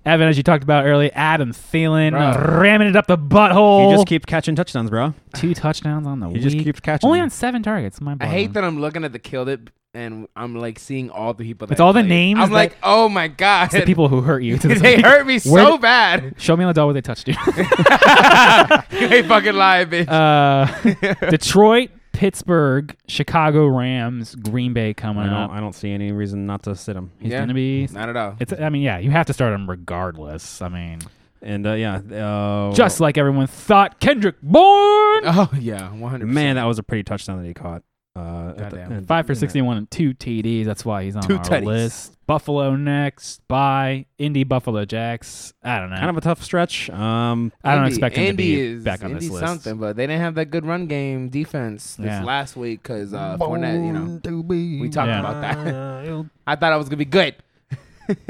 Evan, as you talked about earlier, Adam Thielen Bruh. ramming it up the he butthole. just keeps catching touchdowns, bro. two touchdowns on the He Oh. week. just keeps catching. Only them. on seven targets. My I hate that I'm looking at the killed it and I'm like seeing all the people. That It's all the played. names I'm that- like, oh my god, [laughs] the people [laughs] who hurt you. To this they week. hurt me so Where did- bad. [laughs] Show me Liddell where they touched you. [laughs] you ain't fucking lying, bitch. uh, [laughs] Detroit, Pittsburgh, Chicago Rams, Green Bay coming I up. don't, I don't see any reason not to sit him. He's Yeah. gonna be. Not at all. It's. I mean, yeah, you have to start him regardless. I mean, And uh, yeah, uh, just like everyone thought, Kendrick Bourne, [laughs] Oh yeah, 100. man, that was a pretty touchdown that he caught. Uh, at the- Goddamn. and- five for sixty-one and two TDs. That's why he's on Two our tutties. list. Buffalo next, by Indy Buffalo Jacks. I don't know. Kind of a tough stretch. Um, I don't expect him to be back on this list. something, but they didn't have that good run game defense this Yeah. last week because uh, Fournette. You know, we talked Yeah. about that. I thought I was gonna be good.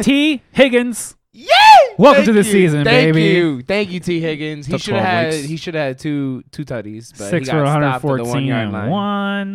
T. Higgins. Yeah. [laughs] Welcome Thank to the you. season, Thank baby. you. Thank you, T. Higgins. He Took should have 12 had. weeks. He should have had two two tutties. But six he for got stopped at the 114 one-yard and line.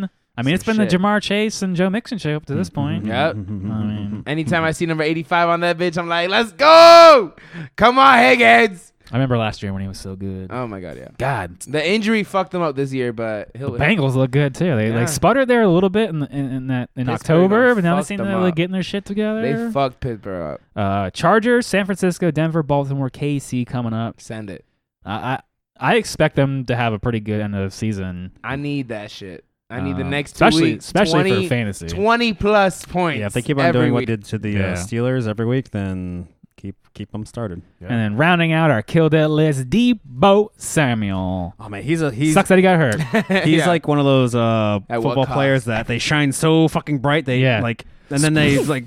one. I mean, Some it's been the shit. Mm-hmm. Jamar Chase and Joe Mixon show up to this point. Mm-hmm. Yep. I Mm-hmm. mean, Anytime I see number 85 on that bitch, I'm like, let's go. Come on, Higgins. I remember last year when he was so good. Oh my god, yeah. God, The injury fucked him up this year, but he'll the Bengals look good too. They Yeah. like sputtered there a little bit in the, in, in that in Pittsburgh October, done but now they fucked seem them to like up. getting their shit they together. fucked Pittsburgh up. uh, Chargers, San Francisco, Denver, Baltimore, KC coming up. Send it. I I I expect them to have a pretty good end of season. I need that shit. I need the Um, next two especially weeks, especially 20, for fantasy. 20 plus points. yeah, if they keep on every doing what week. did to the Yeah. uh, Steelers every week, then keep keep them started. And then rounding out our kill that list, Debo Samuel. Oh man, he's a he's Sucks that he got [laughs] hurt. He's Yeah. like one of those uh, At what football cost? players that they shine so fucking bright they Yeah. Mm-hmm. like, and then they [laughs] like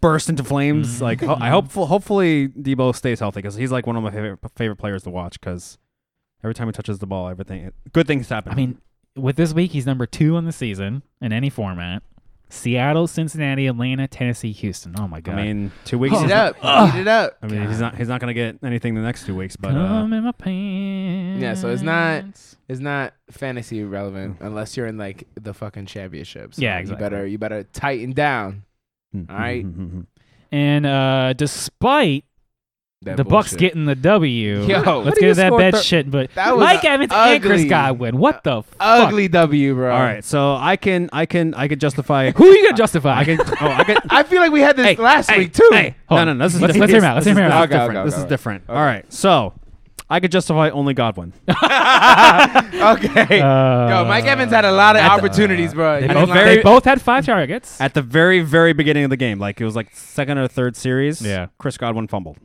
burst into flames. Like ho- I hope hopefully Debo stays healthy because he's like one of my favorite favorite players to watch because every time he touches the ball, everything good things happen. I mean, with this week, he's number two on the season in any format. Seattle, Cincinnati, Atlanta, Tennessee, Houston. Oh my I god! mean, two weeks. Heat oh. it he's up. Heat it up. not- I mean, he's not he's not gonna get anything the next two weeks, but uh, Come in my pants. Yeah, so it's not- It's not fantasy relevant unless you're in like the fucking championships. Yeah, You exactly. better you better tighten down. mm, [laughs] All right. mm, mm, mm, mm. And uh, despite That the Bucks bullshit. getting the W, Yo, what let's do you get that score bad thir- shit. But That was Mike a Evans and Chris ugly- Uh, Godwin, what the ugly W, bro. All right, so I can I can I can justify. Fuck? Who are you gonna justify? [laughs] I can. Oh, I can. [laughs] I feel like we had this Hey, last hey, week too. Hey, Hold no, on. no, no, this is Let's- different. let's hear him out, let's This hear him is- out. This is Okay, different. okay, this okay, is okay. different. All right, so I could justify only Godwin. Okay. Uh, Yo, Mike Evans had a lot of opportunities, bro. they, You both, didn't like they it? both had five targets. At the very, very beginning of the game, like it was like second or third series. Yeah. Chris Godwin fumbled.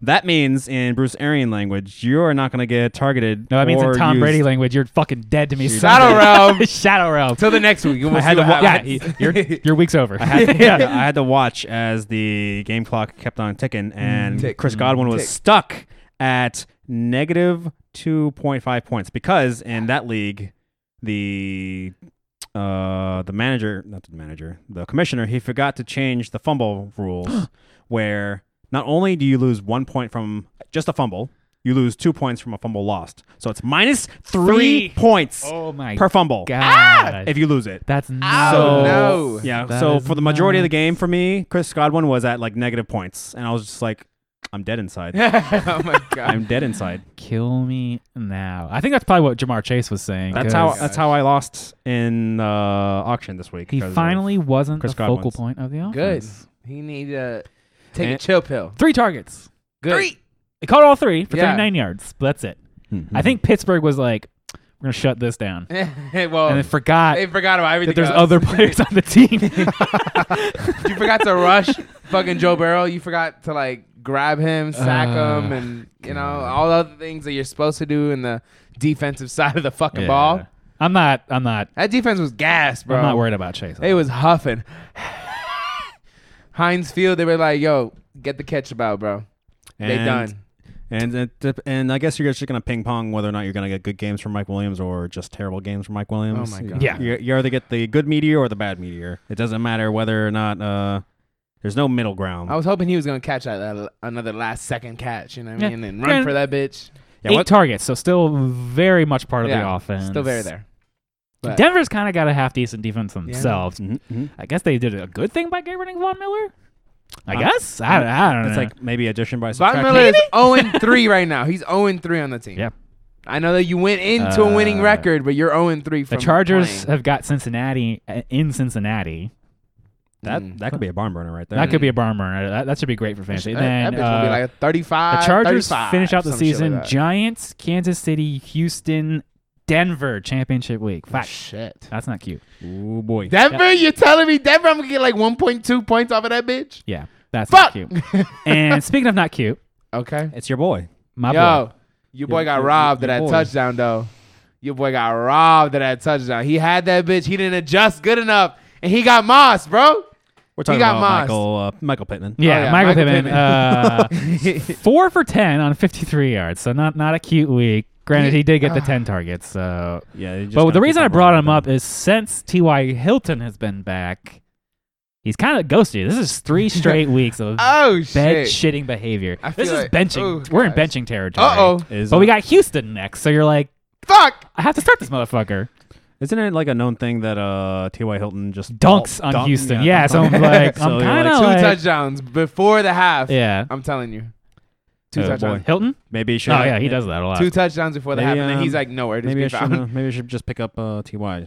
That means in Bruce Arian language, you are not going to get targeted. no, that means in or Tom used. Brady language, you're fucking dead to me. son. Shadow realm. [laughs] Shadow realm. Till the next week. I had to wa- yeah, [laughs] y- your your week's over. [laughs] I had, to, yeah. I had to watch as the game clock kept on ticking, and Tick, Mm. Chris Godwin was tick. stuck at negative two point five points because in that league, the uh, the manager, not the manager, the commissioner, he forgot to change the fumble [gasps] rules, where not only do you lose one point from just a fumble, you lose two points from a fumble lost. So it's minus Three. three, points Oh my per fumble god. Ah! if you lose it. That's not Ow, So Oh, no. yeah, That so is for the majority of the nuts. game for me, Chris Godwin was at like negative points, and I was just like, I'm dead inside. [laughs] oh [laughs] my god. I'm dead inside. kill me now. I think that's probably what Jamar Chase was saying. That's 'cause how Gosh. that's how I lost in uh, auction this week. he 'cause of- finally wasn't Chris the focal Godwin's. point of the Good. offense. He need to take a And- chill pill. Three targets. Good. He caught all three for Yeah. Hmm. 39 yards. But that's it. Mhm. I think Pittsburgh was like, we're going to shut this down. [laughs] well, and then forgot Oh, they forgot about everything. that there's else. [laughs] other players on the team. you forgot [laughs] to rush fucking Joe Burrow. You forgot to like grab him, sack him, Ah, and you know all the other things that you're supposed to do in the defensive [laughs] side of the fucking Yeah. ball. I'm not, I'm not, That defense was gas, bro. I'm not worried about Chase. They was huffing. [laughs] Heinz Field, they were like, "Yo, get the catch about, bro. and, they done." And it dep- and I guess you're just gonna ping pong whether or not you're gonna get good games from Mike Williams or just terrible games from Mike Williams. Oh my God. Yeah. you, you either get the good meteor or the bad meteor. It doesn't matter whether or not uh, there's no middle ground. I was hoping he was gonna catch that, that another last second catch. You know what I Yeah. mean? And run for that bitch. Yeah, Eight what- targets, so still very much part of the Yeah, offense. Still very there. But- Denver's kind of got a half decent defense themselves. Mhm, mhm. I guess they did a good thing by getting rid of Von Miller. I I'm- Um, guess I, don't- I don't It's know. like maybe addition by Von subtraction. Miller is 0 [laughs] 3 right now. He's 0 3 on the team. Yep. I know that you went into a winning Uh, record, but you're 0 3 from the Chargers playing. have got Cincinnati uh, in Cincinnati. That Mm. that could be a barn burner right there. That could be a barn burner. That, that should be great for fantasy. That- then that bitch will uh, be like a 35. the Chargers 35, finish out the some shit like season. that. Giants, Kansas City, Houston, Denver, championship week. Fuck, Shit. that's not cute. Oh boy. Denver, you're telling me Denver, I'm gonna get like 1.2 points off of that bitch? Yeah, that's Fuck. not cute. and speaking of not cute, [laughs] Okay. it's your boy. my boy. [laughs] Yo, Oh, your boy got your- robbed of your that boy. touchdown though. Your boy got robbed of that touchdown. He had that bitch. He didn't adjust good enough, and he got mossed, bro. We're talking got about Moss. Michael uh, Michael Pittman. Yeah, yeah, Michael, Michael Pittman. [laughs] Uh, four for ten on fifty-three yards, so not not a cute week. Granted, he did get [sighs] the ten targets. So, Yeah. you just but gotta the keep reason on I brought rolling him with up is since T.Y. Hilton has been back, he's kind of ghosted. you. This is [laughs] three straight weeks of Oh bed shit. shitting behavior. I This feel is like- benching. oh, We're in guys. benching territory. Uh oh. Is, But we got Houston next, so you're like, Fuck. I have to start this motherfucker. Isn't it like a known thing that uh T.Y. Hilton just Dunks on dunk- Houston. Yeah, dunks so on- I'm [laughs] like, So I'm you're kind like, of Two like, touchdowns before the half. yeah. [laughs] I'm telling you. Two Oh, touchdowns. boy. Hilton? maybe you should. Oh yeah, he does that a lot. Two touchdowns before the half, Maybe, and then he's um, like nowhere to Maybe I be should. found. maybe I should just pick up uh, T.Y.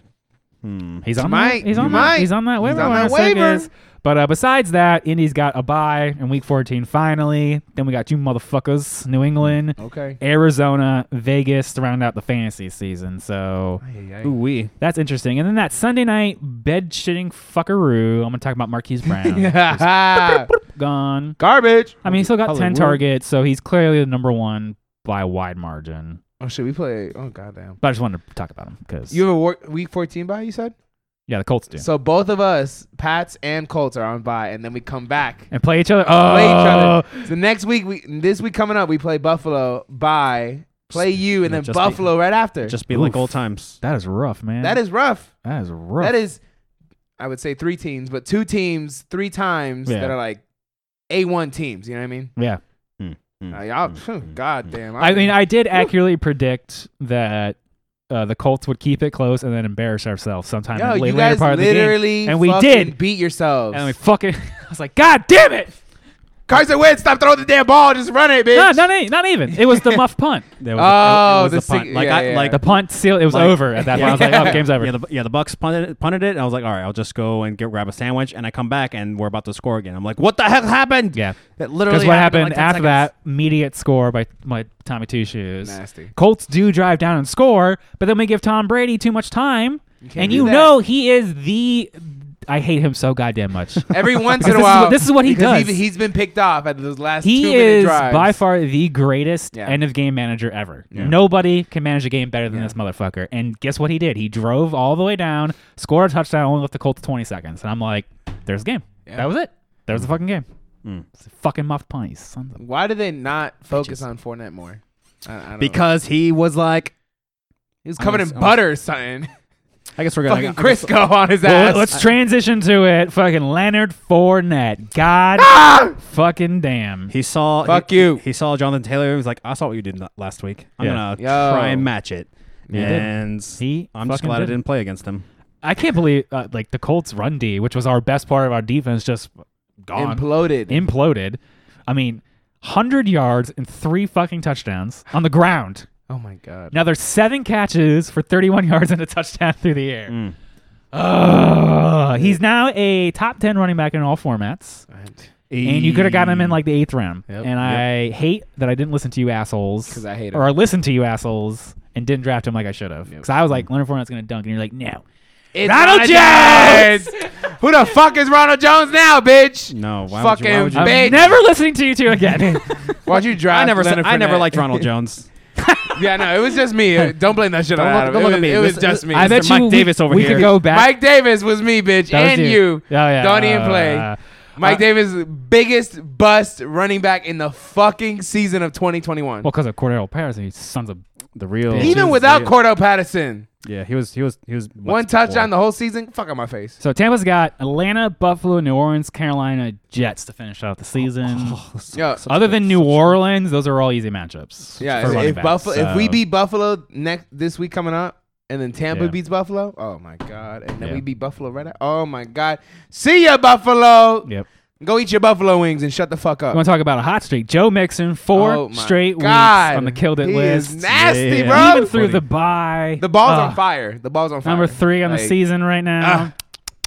Hmm. He's on might. that, he's You on might. that, he's on that waiver on wire, that so it waiver. is. But uh, besides that, Indy's got a bye in week 14 finally. Then we got two motherfuckers, New England, [laughs] Okay. Arizona, Vegas to round out the fantasy season. So Ooh wee. that's interesting. And then that Sunday night bed shitting fuckaroo. I'm gonna talk about [laughs] Marquise Brown. [laughs] Gone. Garbage. I mean, he still got ten Hollywood. targets, so he's clearly the number one by a wide margin. Oh shit, we play. Oh goddamn. But I just wanted to talk about him because You have a work, week 14 bye, you said? yeah, the Colts do So both of us, Pats and Colts, are on bye, and then we come back. and play each other. Oh, Play each other. So next week, we this week coming up, we play Buffalo bye, play you, and Yeah, then just Buffalo right after. Just be like Oof. old times. that is rough, man. that is rough. that is rough. That is, I would say three teams, but two teams, three times Yeah. that are like A1 teams. You know what I mean? yeah. Mm, Hmm. Uh, y'all, phew, God damn. I mean, I did accurately predict that uh, the Colts would keep it close and then embarrass ourselves sometime yo, in the you later guys part of the game, literally and we fucking did. beat yourselves. And we fucking [laughs] I was like, God damn it! Carson Wentz, stop throwing the damn ball. Just run it, bitch. No, not, e- not even. It was the muff punt. There was Oh, a, it was the a punt. sig- like yeah, I, yeah. like The punt seal. It was Like- over at that point. I was like, oh, [laughs] game's over. Yeah, the, yeah, the Bucks punted it, punted it, and I was like, all right, I'll just go and get grab a sandwich, and I come back, and we're about to score again. I'm like, what the heck happened? Yeah. that literally. Because what happened in, like, 10 after seconds. that, immediate score by my Tommy Two Shoes. Nasty. Colts do drive down and score, but then we give Tom Brady too much time, can't and do you that. know he is the. I hate him so goddamn much. [laughs] Every once Because this in a is while, what- this is what he because does. He, has been picked off at those last two he minute is drives. by far the greatest Yeah. end of game manager ever. Nobody can manage a game better than this motherfucker. And guess what he did? He drove all the way down, scored a touchdown, only left the Colts 20 seconds. And I'm like, there's the game. Yeah. That was it. There was the fucking game. Hmm. It's a fucking muff punt, you sons of Why do they not focus on Fournette more? I, I don't know. because he was like, he was covered in almost- butter [laughs] or something. I guess we're gonna Fucking I guess- Crisco on his Well, ass. let's transition to it. Fucking Leonard Fournette. God Ah! fucking damn. He saw Fuck he, you. He saw Jonathan Taylor. He was like, I saw what you did la- last week. I'm Yeah. gonna Yo. try and match it. did. and He I'm just fucking glad I did. didn't play against him. I can't believe uh, like the Colts run D, which was our best part of our defense, just gone, Imploded. imploded. I mean, hundred yards and three fucking touchdowns on the ground. oh my god. Now there's seven catches for 31 yards and a touchdown through the air. Mm. Ugh. he's now a top 10 running back in all formats. and you could have gotten him in like the eighth round. Yep. And I hate that I didn't listen to you assholes, 'Cause I hate him. or I listened to you assholes and didn't draft him like I should have. Yep. Because I was like, Leonard Fournette's gonna dunk, and you're like, no. It's Ronald Who the fuck is Ronald Jones now, bitch? No, why Fucking would you, why would you- I'm Bitch. never listening to you two [laughs] again. Why'd you drive? I never said, Leonard I never Fournette? liked [laughs] Ronald Jones. yeah, no, it was just [laughs] me. Uh, Don't blame that shit on look- Adam. don't It look at was- me. It was This- just me. I bet Mike you Davis we, over we here. could go back. Mike Davis was me, bitch, That was and you. you. Oh, yeah. Don't even Uh, play. uh, Mike uh, Davis, biggest bust running back in the fucking season of 2021. Well, because of Cordero Patterson, you sons of. The real even Yeah. without Cordell Patterson, Yeah, he was he was he was one touchdown the whole season. Fuck on my face. So Tampa's got Atlanta, Buffalo, New Orleans, Carolina, Jets to finish out the season. [laughs] Oh, Yo, [laughs] Other than New Orleans, those are all easy matchups. yeah, for running if, backs, Buffalo, if we so- beat Buffalo next this week coming up, and then Tampa Yeah. beats Buffalo, oh my god, and then Yeah. we beat Buffalo right. Now, oh my god, see ya Buffalo. Yep. Go eat your buffalo wings and shut the fuck up. You want to talk about a hot streak? Joe Mixon, four Oh my straight God. weeks on the killed it He list. Is nasty, Yeah. bro. Even through Funny. the bye. the ball's on Ugh. fire. The ball's on fire. Ah. Number three on the Like, ah. season right now. Ugh.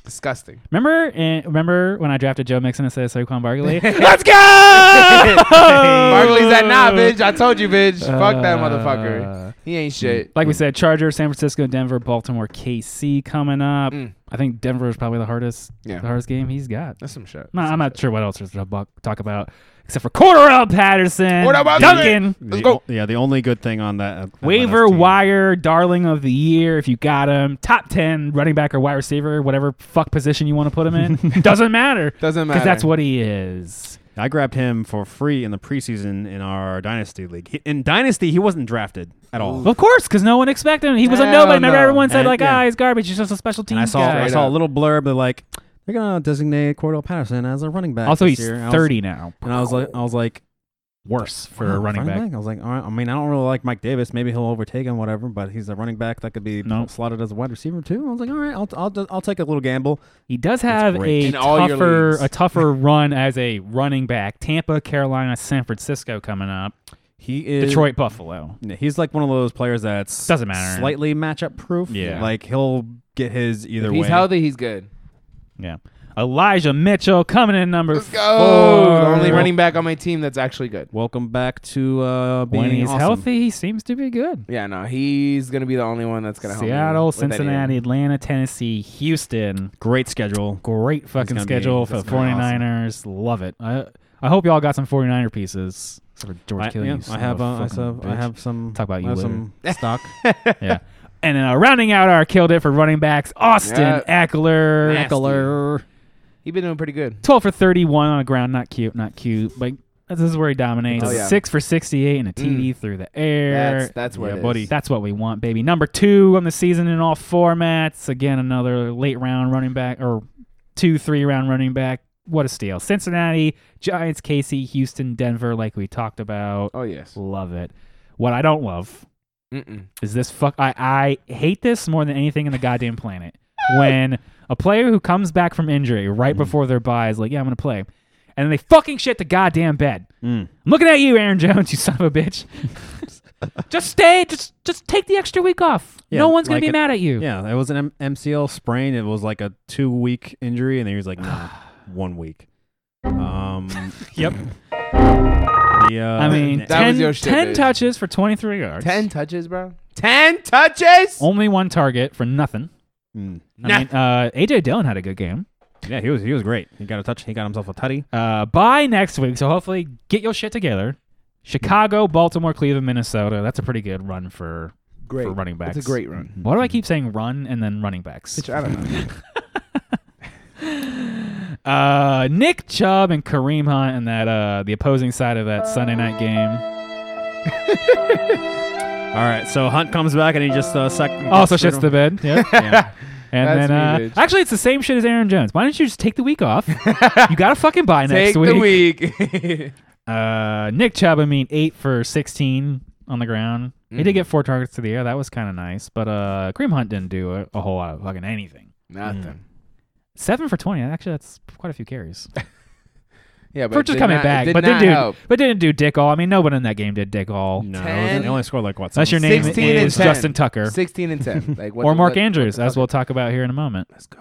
Disgusting. Remember, eh, remember when I drafted Joe Mixon instead of Saquon [laughs] Barkley? Let's go. [laughs] Barkley's that nah, Oh. bitch. I told you, bitch. Fuck that Uh, motherfucker. He ain't shit. Mm. Like we said, Chargers, San Francisco, Denver, Baltimore, KC coming up. Mm. I think Denver is probably the hardest, Yeah. the hardest game he's got. That's some shit. No, I'm not sure what else there's to bu- talk about except for Cordell Patterson, Cordell Patterson! Duncan, Let's go. Yeah, the only good thing on that Atlanta's waiver team. wire darling of the year if you got him, top ten running back or wide receiver, whatever fuck position you want to put him in, [laughs] doesn't matter Doesn't matter. because that's what he is. I grabbed him for free in the preseason in our dynasty league. He, in dynasty, he wasn't drafted at all. Well, of course, because no one expected him. He was a Hell nobody. Remember, no. everyone said And- like, yeah. "Ah, he's garbage. He's just a special team And I saw guy." I Straight saw up. a little blurb that like they're gonna designate Cordell Patterson as a running back. also, this he's year. And I was- 30 now. and I was like, I was like, Worse for a "Oh, running back. I was like, all right. I mean, I don't really like Mike Davis. Maybe he'll overtake him, whatever. But he's a running back that could be No. slotted as a wide receiver too. I was like, all right, I'll I'll, I'll take a little gamble. He does have great. a In all your tougher leagues. a tougher [laughs] run as a running back. Tampa, Carolina, San Francisco coming up. He is Detroit, Buffalo. Yeah, He's like one of those players that's Doesn't matter. Slightly matchup proof. Yeah. like he'll get his either If way. he's healthy, he's good. Yeah. Elijah Mitchell coming in number Let's go. four. The only running back on my team that's actually good. Welcome back to uh, being when he's awesome. healthy, he seems to be good. Yeah, no, he's gonna be the only one that's gonna help me Seattle, with that Cincinnati, idiom. Atlanta, Tennessee, Houston. Great schedule. Great fucking gonna be- schedule for that's the gonna be 49ers. Love it. I I hope y'all got some 49er pieces. Except for George I, Kittle, yeah, you son I of have a uh, I fucking have I bitch. have some Talk about I you have later. some [laughs] stock. yeah. And then uh, rounding out our killed it for running backs, Austin Yep. Eckler. Nasty. He been doing pretty good. 12 for 31 on the ground. Not cute, not cute. Like, this is where he dominates. Oh, yeah. Mm. Six for 68 and a TD through the air. That's that's where Yeah, it is. buddy. That's what we want, baby. Number two on the season in all formats. Again, another late round running back or two, three round running back. What a steal. Cincinnati, Giants, KC, Houston, Denver, like we talked about. Oh yes. Love it. What I don't love Mm-mm. is this fuck. I, I hate this more than anything in the goddamn planet. when a player who comes back from injury Mm-hmm. right before their bye is like, yeah, I'm going to play. And then they fucking shit the goddamn bed. I'm looking at you, Aaron Jones, [laughs] you son of a [laughs] bitch. just stay. Just just take the extra week off. Yeah, no one's going like to be it- mad at you. Yeah, it was an M- MCL sprain. It was like a two week injury, and then he was like, nah, [sighs] one week. Um, [laughs] Yep. the, uh, [laughs] I mean, That was 10, your shit, 10 dude. touches for 23 yards. Ten touches, bro. Ten touches. Only one target for nothing. mm. I mean, uh, AJ Dillon had a good game. yeah, he was he was great. He got a touch. He got himself a tutty. Uh, by next week, so hopefully get your shit together. Chicago, Baltimore, Cleveland, Minnesota. That's a pretty good run for Great for running backs. Mm-hmm. It's a great run. Why do I keep saying run and then running backs? [laughs] I don't know. Uh, Nick Chubb and Kareem Hunt and that uh the opposing side of that Sunday night game. All right, so Hunt comes back and he just uh, suck. Also shits the bed. Yeah. [laughs] [laughs] Yeah. And That's then uh, me, bitch. actually it's the same shit as Aaron Jones. Why don't you just take the week [laughs] off? you got to fucking buy next Take the Hmm. week. [laughs] Uh, Nick Chubb, I mean, eight for 16 on the ground. He Mm. did get four targets to the air. That was kind of nice. But uh, Kareem Hunt didn't do a, a whole lot of fucking anything. Nothing. Seven for 20. Actually, that's quite a few carries. Yeah, but For it just did coming not- it back. did but, didn't not do, help. but didn't do dick all. I mean, nobody in that game did dick all. No, Ten. he only scored like what? Unless your name 16 and is 10. Justin Tucker Sixteen and ten. Like what or the- Mark what- Andrews, what the as we'll talk about here in a moment. Let's go.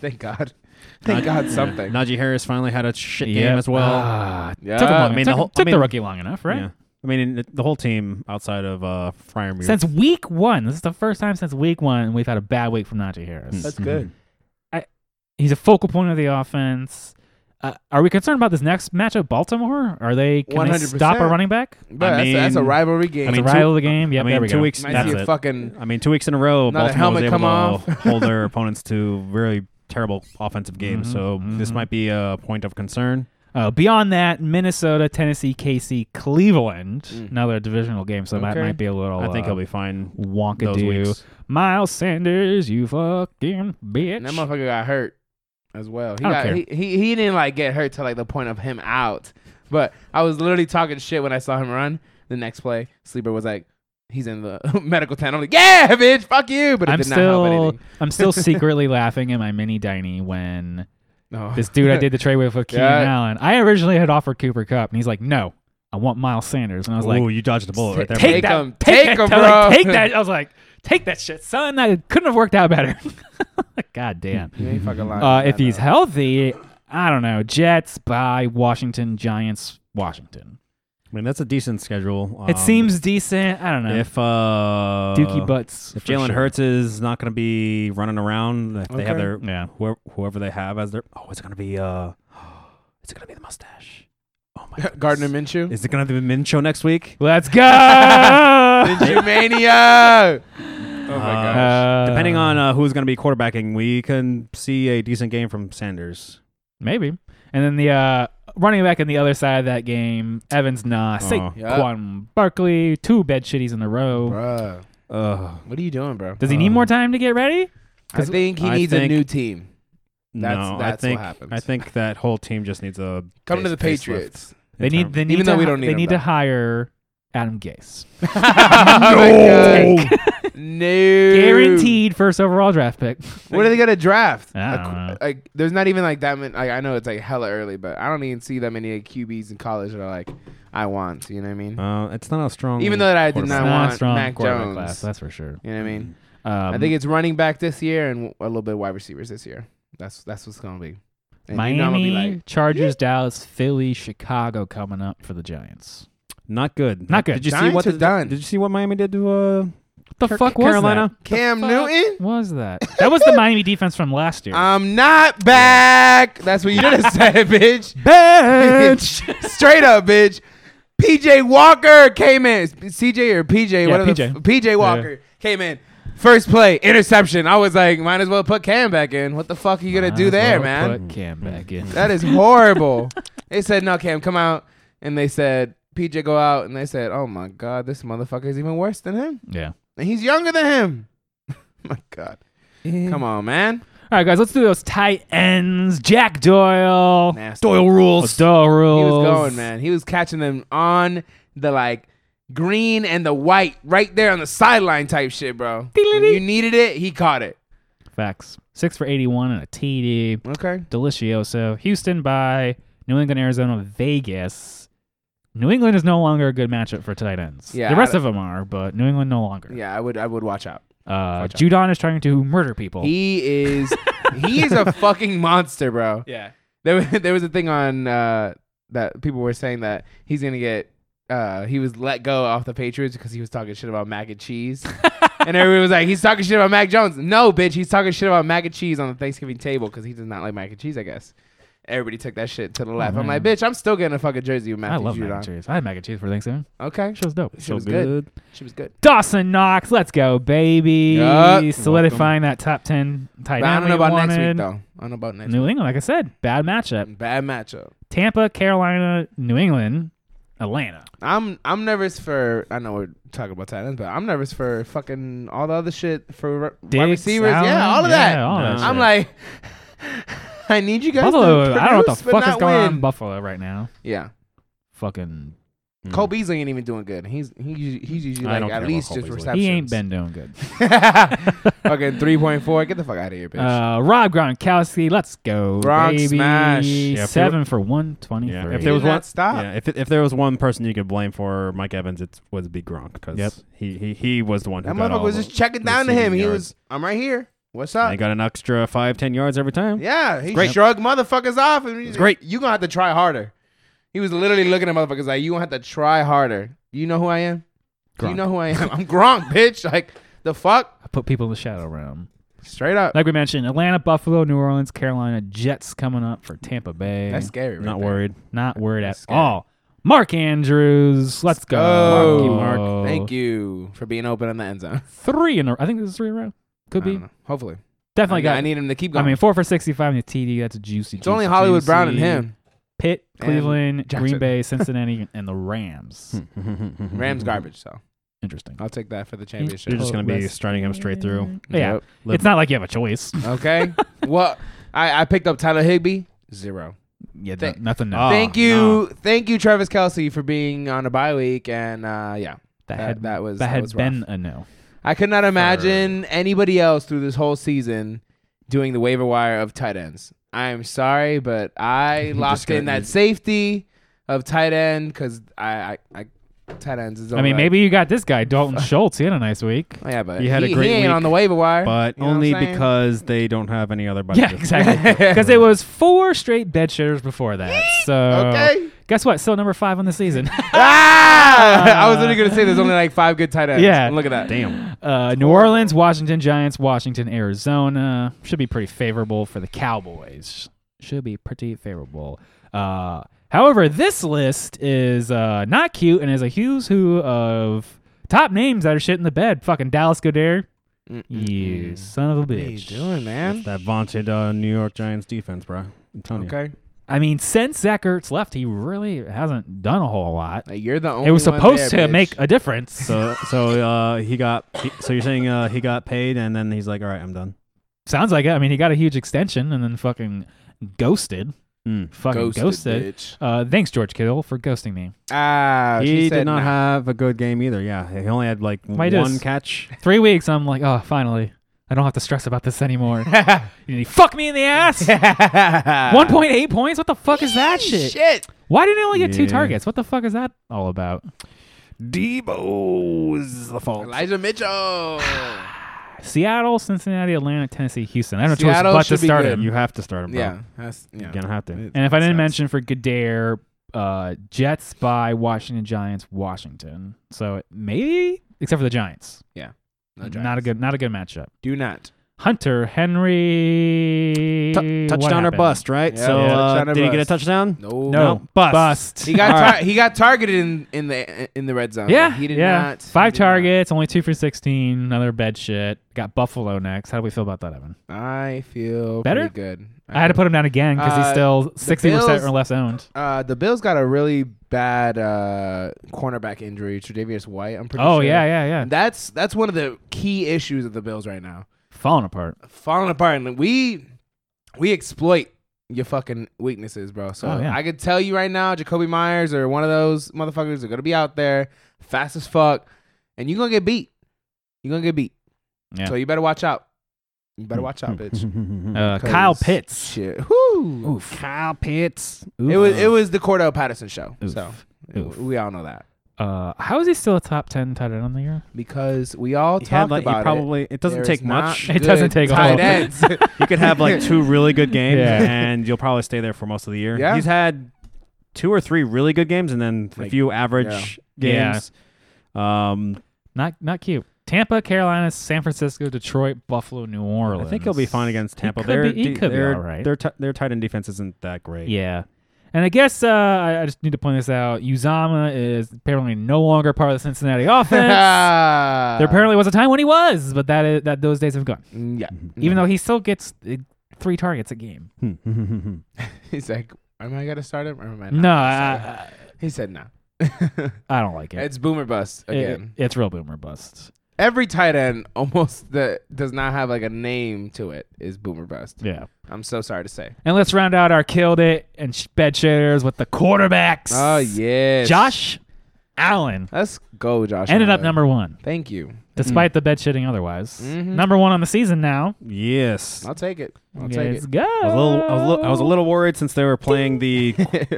Thank God. [laughs] Thank God something. Najee Harris finally had a shit Yep. game as well. Ah, Yeah. took him long- I mean, took, the whole- took I the mean- rookie long enough, right? Yeah. I mean, the- the whole team outside of uh, Fryermuth. Since week one, this is the first time since week one we've had a bad week from Najee Harris. Mm. Hmm. That's good. he's a focal point of the offense. Uh, are we concerned about this next matchup, Baltimore? Are they can they 100%. stop a running back? But I that's, that's a mean- rivalry I game. It's mean, a rival two- of the game. Yeah, I mean, there we two go. weeks. Might that's see it. a fucking I mean, two weeks in a row, Another Baltimore was helmet able come to [laughs] off. hold their opponents to really terrible offensive games. Mhm, so this mhm. might be a point of concern. Uh, beyond that, Minnesota, Tennessee, KC, Cleveland. Mm. Another divisional game, so that Okay. might be a little. I think uh, he'll be fine. wonkadoo. Those weeks. Miles Sanders, you fucking and that bitch. motherfucker got hurt as well. He I don't got care. he, he he didn't like get hurt to like the point of him out. But I was literally talking shit when I saw him run. The next play, sleeper was like, "He's in the [laughs] medical tent." I'm like, "Yeah, bitch, fuck you!" But it I'm did not help still, anything. [laughs] I'm [laughs] still secretly laughing in my mini diney when No, this dude I did the trade with with Keenan Yeah. Allen. I originally had offered Cooper Cup, and he's like, "No, I want Miles Sanders," and I was like, Ooh, you dodged the bullet right there. take Take that, 'em. take, Take that, 'em, I was like, bro. take [laughs] that. I was like, take that shit, son. That couldn't have worked out better. [laughs] God damn. [laughs] you ain't fucking lying. Uh, I if he's know. healthy, I don't know. Jets by Washington, Giants, Washington. I mean, that's a decent schedule. it Um, seems decent. I don't know. if uh, Dookie butts. if for Jalen sure. Hurts is not going to be running around, if they have Okay. their Yeah. whoever, whoever they have as their oh, it's going to be uh, [gasps] it's going to be the mustache. Oh [laughs] my goodness. [laughs] Gardner Minshew, Is it going to be the Min show next week? Let's go. [laughs] uh, [laughs] Minshew mania. Oh my Uh, gosh. Depending on Um, uh, who's going to be quarterbacking, we can see a decent game from Sanders. Maybe. And then the uh, running back on the other side of that game, Evans Nah, Oh. Saquon Yeah. Barkley, two bed shitties in a row. Bruh, Uh, what are you doing, bro? Does he need Um, more time to get ready? I 'Cause think he I needs think- a new team. That's- no, I that's what think happens. I think that whole team just needs a Come to face- facelift. [laughs] the [laughs] Patriots. They need. They need Even to though we hi- don't need They him, need to though. hire Adam Gase. Oh no, no, Guaranteed first overall draft pick. What are they gonna draft? I A don't qu- know. Like, there's not even like that many. Like, I know it's like hella early, but I don't even see that many QBs in college that are like, I want. You know what I mean? Uh, it's not a strong. even though that I did It's not not want a strong Mac quarterback Jones. class, that's for sure. you know what I mean? Um, I think it's running back this year and a little bit wide receivers this year. That's that's what's gonna be. And Miami, you know I'm gonna be like, Chargers, Dallas, Philly, Chicago coming up for the Giants. not good. Not good. Did you see Giants what are the, done. Did you see what Miami did to uh, The Car- fuck was Carolina? Cam fuck? Newton. that? Was that? That [laughs] was the Miami defense from last year. [laughs] I'm not back. That's what you should have said, bitch. Bench. Straight up, bitch. PJ Walker came in. CJ or PJ, Yeah, whatever. the PJ. f- PJ Walker came in. First play, interception. I was like, might as well put Cam back in. What the fuck are you [laughs] gonna Might do as there, well man? Mm-hmm. Put Cam back in. That [laughs] is horrible. they said, no, Cam, come out. And they said, PJ, go out. And they said, oh my God, this motherfucker is even worse than him. yeah. And he's younger than him. [laughs] my God. Come on, man. All right, guys, let's do those tight ends. Jack Doyle. Nasty. Doyle rules? Doyle rules. He was going, man. He was catching them on the like green and the white right there on the sideline type shit, bro. When you needed it, he caught it. Facts. Six for 81 and a TD. Okay. Delicioso. Houston by New England, Arizona, Vegas. New England is no longer a good matchup for tight ends. Yeah, the rest I- of them are, but New England no longer. Yeah, I would I would watch out. Uh, Watch out. Judon is trying to murder people. He is he is [laughs] a fucking monster, bro. yeah. There was, there was a thing on uh, that people were saying that he's gonna get uh, he was let go off the Patriots because he was talking shit about mac [laughs] and cheese, and everyone was like, he's talking shit about Mac Jones. No, bitch, he's talking shit about mac and cheese on the Thanksgiving table because he does not like mac and cheese. I guess everybody took that shit to the left. I'm man. like, bitch, I'm still getting a fucking jersey with Mm-hmm. I Matthew love mac and Judon. cheese. I had mac and cheese for Thanksgiving. Okay, Shit was dope. she was good. She was good. Dawson Knox, let's go, baby. Yeah. Solidifying that top 10 tight end. But I don't know we about next wanted. week though. I don't know about next New England, like I said, bad matchup. week. Bad matchup. Tampa, Carolina, New England, Atlanta. I'm I'm nervous for I know we're talking about tight ends, but I'm nervous for fucking all the other shit for re- wide Diggs, receivers. Allen, yeah, all of yeah, that. all that I'm shit. like, [laughs] I need you guys. Buffalo. to I don't know what the produce, but fuck is not going on win. in Buffalo right now. Yeah, Fucking, Cole Beasley ain't even doing good. He's he, usu- he's usually I like don't care at about least Cole just Beasley. receptions. he ain't been doing good. [laughs] fucking three point four. Get the fuck out of here, [laughs] bitch. Uh, Rob Gronkowski, let's go, Gronk baby. smash. Yeah, if Seven for one Yeah, twenty-three. if He there did was not one- stop. Yeah, if, if there was one person you could blame for Mike Evans, it was Big Gronk because Yep. he, he he was the one who that got motherfucker all was the- just checking down to him. receiving He yards. was. I'm right here. What's And up? he got an extra five ten yards every time. Yeah, he great. shrugged motherfuckers off. And he's great. You gonna have to try harder. He was literally looking at motherfuckers like, "You gonna have to try harder." Do you know who I am? Do you Gronk. know who I am? [laughs] I'm Gronk, bitch. Like the fuck, I put people in the shadow realm. straight up. Like we mentioned, Atlanta, Buffalo, New Orleans, Carolina, Jets coming up for Tampa Bay. That's scary. Right Not there. worried. Not worried at scary. all. Mark Andrews, let's go. Oh, Marky Mark. Thank you for being open in the end zone. Three in a I think this is three in a row. Could I be. don't know. Hopefully, Definitely I, got, got. I need him to I keep going. mean, four for 65 in the TD. That's a juicy. it's only Hollywood Brown and him. Pitt, And Cleveland, Jackson. Hmm. Green [laughs] Bay, Cincinnati, and the Rams. Rams garbage, so Interesting. I'll take that for the championship. You're just gonna be Rest- striding him straight through. Yeah, Yep. it's not like you have a choice. Okay. well, I, I picked up Tyler Higby. Zero. [laughs] Yeah, Thank- no- nothing. Oh, No. Ah, thank you, no. thank you, Travis Kelsey, for being on a bye week, and uh, yeah, Oh, that, that- had that was- that, that had was rough. been a no. I could not imagine anybody else through this whole season doing the waiver wire of tight ends. I'm sorry, but I locked in that safety of tight end because I, I, I, tight ends is. I mean, all maybe you got this guy [laughs] Dalton Schultz. He had a nice week. Oh, yeah, but You had a he- great he ain't week, on the waiver wire, But You know what I'm only saying? because they don't have any other budget. Yeah, exactly. [laughs] Because it was four straight bed shares before that. So Okay. guess what? Still number five on the [laughs] season. ah! [laughs] I was literally gonna say there's only like five good tight ends. Yeah. look at that. Damn. Uh, New Orleans, Washington Giants, Washington, Arizona should be pretty favorable for the Cowboys. Should be pretty favorable. Uh, however, this list is uh, not cute and is a who's who of top names that are shit in the bed. Fucking Dallas Goddard, you son of a What are you bitch. doing, man? That vaunted uh, New York Giants defense, bro. I'm telling you. Okay, I mean, since Zach Ertz left, he really hasn't done a whole lot. Like, you're the only. It was one supposed there, to bitch. make a difference. So so uh, he got. he- so you're saying uh, he got paid, and then he's like, "All right, I'm done." [laughs] Sounds like it. I mean, he got a huge extension and then fucking ghosted. Mm. Fucking ghosted. bitch. Uh, thanks, George Kittle, for ghosting me. Ah, she He said did not nah. have a good game either. Yeah, he only had like Might one is. [laughs] catch. Three weeks, I'm like, oh, finally. I don't have to stress about this [laughs] anymore. and he fucked me in the ass. 1.8 points? What the fuck is that shit? Why did he only get two Yeah. targets? What the fuck is that all about? Debo's the fault. [sighs] Elijah Mitchell. Seattle, Cincinnati, Atlanta, Tennessee, Houston. I don't know Seattle but should to be start good. him. You have to start him. Bro. yeah, that's yeah. you're gonna have to. And if I didn't Sucks. mention for Goddard, uh, Jets by Washington Giants, Washington. So maybe, except for the Giants. No not a Giants. good, not a good matchup. Do not. Hunter Henry. Tou- What touchdown or happened? bust, right? Yeah, so yeah. uh, Touchdown or did he get a bust. touchdown? No. No, No, bust. bust. He got All tar- right. he got targeted in, in the in the red zone. yeah, He did yeah. not. he Five did not. targets, only two for sixteen. Another bed shit. Got Buffalo next. How do we feel about that, Evan? I feel Better? pretty good. I had to put him down again because he's Uh, still sixty percent Bills- or less owned. Uh, the Bills got a really bad uh, cornerback injury. Tre'Davious White. I'm pretty. Oh sure. yeah, yeah, yeah. That's that's one of the key issues of the Bills right now. Falling apart. falling apart. And we we exploit your fucking weaknesses, bro. So Oh, yeah. I could tell you right now, Jacoby Myers or one of those motherfuckers are gonna be out there fast as fuck, and you're gonna get beat. You're gonna get beat. Yeah. So you better watch out. You [laughs] better [laughs] watch out, bitch. Uh, Kyle 'Cause Pitts. Shit. Woo. Oof. Kyle Pitts. It was it was the Cordell Patterson show. Oof. So Oof. we all know that Uh, how is he still a top ten tight end on the year? because we all He talked had like he about it. probably it, doesn't There's take not [laughs] much. It doesn't good take a tight whole- [laughs] ends. [laughs] You could have like two really good games, Yeah. and you'll probably stay there for most of the year. Yeah. He's had two or three really good games, and then a Like, few average Yeah. games. Um, Not not cute. Tampa, Carolina, San Francisco, Detroit, Buffalo, New Orleans. I think he'll be fine against Tampa. could Their- be- he could be their- all right. Their ti- their tight end defense isn't that great. Yeah. And I guess uh, I I just need to point this out. Uzama is apparently no longer part of the [laughs] Cincinnati offense. Uh. there apparently was a time when he was, but that is, that those days have gone. Mm, yeah. Even though he still gets uh, three targets a game. [laughs] Hmm. He's like, am I gonna start him or am I not? No, gonna I, start him?" he said no. I I don't like it. uh, It's boomer bust It- again. it- it's real boomer bust. Every tight end [laughs] almost that does not have like a name to it is boomer bust. Yeah. I'm so sorry to say. And let's round out our killed it and sh- bed shares with the quarterbacks. Oh yeah, Josh Allen Let's go, Josh. ended up Allen. Mm. number one, Thank you. despite the bed shitting otherwise. Mhm. Number one on the season now. [laughs] Yes. I'll take it. I'll take Let's it. go. I was, a little, I, was a little, I was a little Oh. worried since they were [laughs] playing the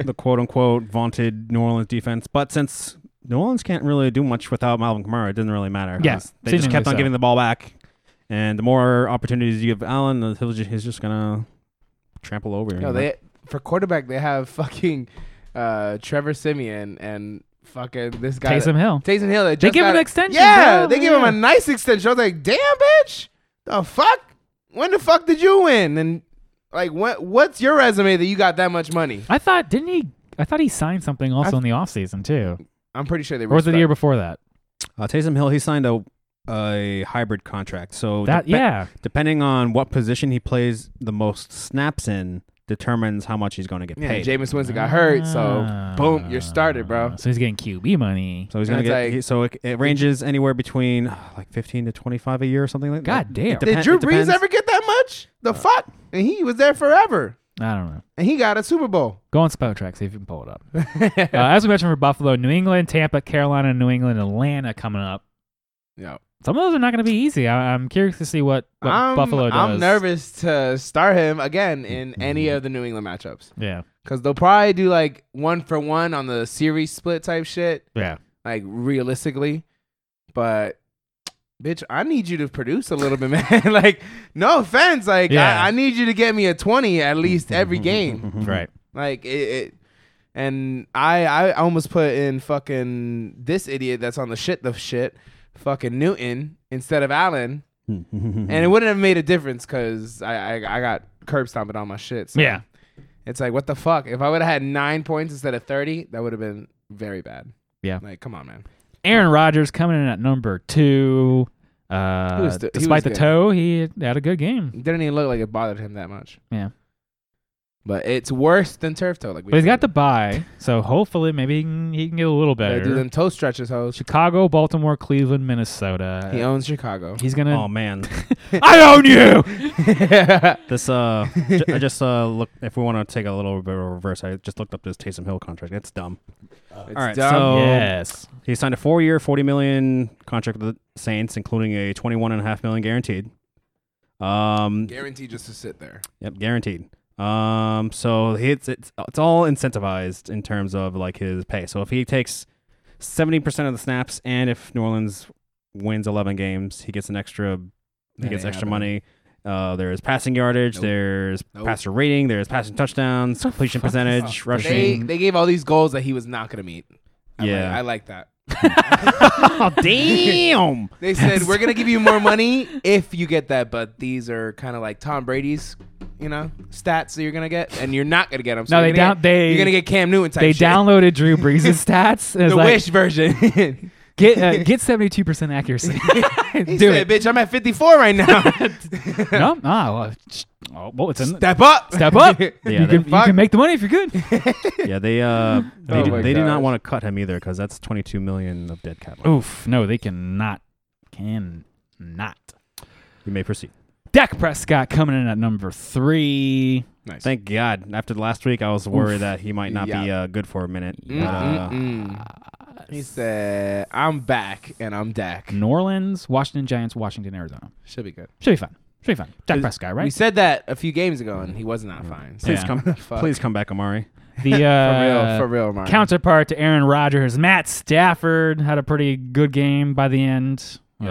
the quote unquote vaunted New Orleans defense, but since New Orleans can't really do much without Malvin Kamara, it didn't really matter. Yeah, they just kept seemingly on so. giving the ball back, and the more opportunities you give Allen, the- he'll just, he's just gonna trample over. you No, know? they for quarterback they have [laughs] fucking uh, Trevor Simeon and fucking this guy Taysom Hill. Taysom Hill. that They just give him got an a- extension, Yeah, bro. they give him Yeah. a nice extension. I was like, damn, bitch, the fuck? When the fuck did you win? And like, what? What's your resume that you got that much money? I thought didn't he? I thought he signed something also I- in the offseason too, I'm pretty sure they. or was it the respect- year before that? uh, Taysom Hill he signed a a hybrid contract, Oh, so That depe- yeah, depending on what position he plays the most snaps in determins how much he's going to get Yeah, paid. Jameis Winston got hurt, so Ah. boom, you're started, bro. So he's getting QB money. So he's And gonna it's get like- he- so it, it ranges anywhere between [sighs] uh, like fifteen to twenty five a year or something like that. God damn. It depen- Did Drew it Brees depends. ever get that much? Uh, The fuck? And he was there forever, I don't know. and he got a Super Bowl. [laughs] Go on Spotrac, see if you can pull it up. uh, as we mentioned for Buffalo, New England, Tampa, Carolina, New England, Atlanta coming up. Yeah. Some of those are not going to be easy. I, I'm curious to see what, what I'm, Buffalo does. Mm-hmm. I'm nervous to start him again in any of the New England matchups Yeah, because they'll probably do like one for one on the series split type shit, yeah. like realistically. But bitch, I need you to produce a little bit, [laughs] man. like, no offense, like Yeah. I, I need you to get me a twenty at [laughs] least every game. Mm-hmm. [laughs] Right. Like it, it and I I almost put in fucking this idiot that's on the shit the shit, fucking Newton instead of Allen. Mm. And it wouldn't have made a difference because I, I I got curb stomping on my shit. So Yeah. It's like what the fuck? If I would have had nine points instead of thirty, that would have been very bad. Yeah. Like, come on, man. Aaron Rodgers coming in at number two. Uh, He was th- he despite was the good. toe, he had a good game. It didn't even look like it bothered him that much. Yeah. But it's worse than turf toe. Like we But he's got the said. bye, so hopefully maybe he can, he can get a little Gotta better. do them toe stretches, hoes. Chicago, Baltimore, Cleveland, Minnesota. He [laughs] owns Chicago. he's gonna. Oh man, I own you. this uh, j- I just [laughs] uh look if we want to take a little bit of a reverse. I just looked up this Taysom Hill contract. It's dumb. It's All right, dumb. so yes. he signed a four year, forty million contract with the Saints, including a twenty one and a half million guaranteed. Um, guaranteed just to sit there. Yep, guaranteed. Um, so he- it's it's it's all incentivized in terms of like his pay. So if he takes seventy percent of the snaps, and if New Orleans wins eleven games, he gets an extra he That gets ain't extra happening. money. Uh, there is passing yardage, Nope. there's Nope. passer rating, there's passing touchdowns, completion fuck is percentage, They rushing. they gave all these goals that he was not gonna meet. I Yeah. like, I like that. [laughs] oh damn! They said we're gonna give you more money if you get that, but these are kind of like Tom Brady's, you know, stats that you're gonna get, and you're not gonna get them. So No, you're they gonna down- get, they- you're gonna get Cam Newton type. They shit. downloaded Drew [laughs] Brees' stats. And it's the like, [laughs] wish version. he Get uh, get seventy two percent [laughs] accuracy. [laughs] Do said, it. "Bitch, I'm at 54 right [laughs] now. [laughs] No, no. Well, sh- oh, well, it's in. the- Step up, Step [laughs] up. [laughs] Yeah, you, can, they, you fuck. can make the money if you're good. yeah, they uh, they, Oh did- my they did not gosh. Oh. want to cut him either because that's twenty two million of dead cap. Oof. No, they cannot. Can not. You may proceed. Dak Prescott coming in at number three. Nice. Thank God. After last week, I was worried that he might not be Yeah. uh, good for a minute. but, uh, Mm-mm-mm. Uh, He said, "I'm back and I'm Dak. Mm. New Orleans, Washington Giants, Washington, Arizona. Should be good. Should be fun. Should be fun. Jack Is- Prescott, We right? Mm. said that a few games ago, and he was not fine. So Please [laughs] Yeah. come, [laughs] Fuck. please come back, Amari. The [laughs] for uh, real, for real, Mark. counterpart to Aaron Rodgers, Matt Stafford had a pretty good game by the end. Uh,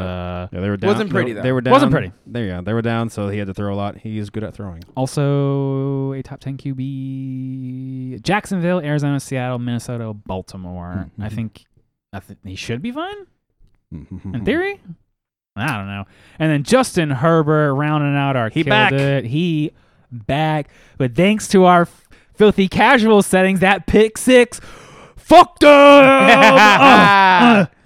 Yeah, they were down. Wasn't pretty, They, though. they were down. Wasn't pretty. There you go. They were down, so he had to throw a lot. He is good at throwing. Also, a top 10 QB. Jacksonville, Arizona, Seattle, Minnesota, Baltimore. Mm-hmm. I think I think he should be fine Mm-hmm. Mm-hmm. in theory. I don't know. And then Justin Herbert rounding out our he back. It. He back. But thanks to our f- filthy casual settings, that pick six fucked [laughs] up. [laughs]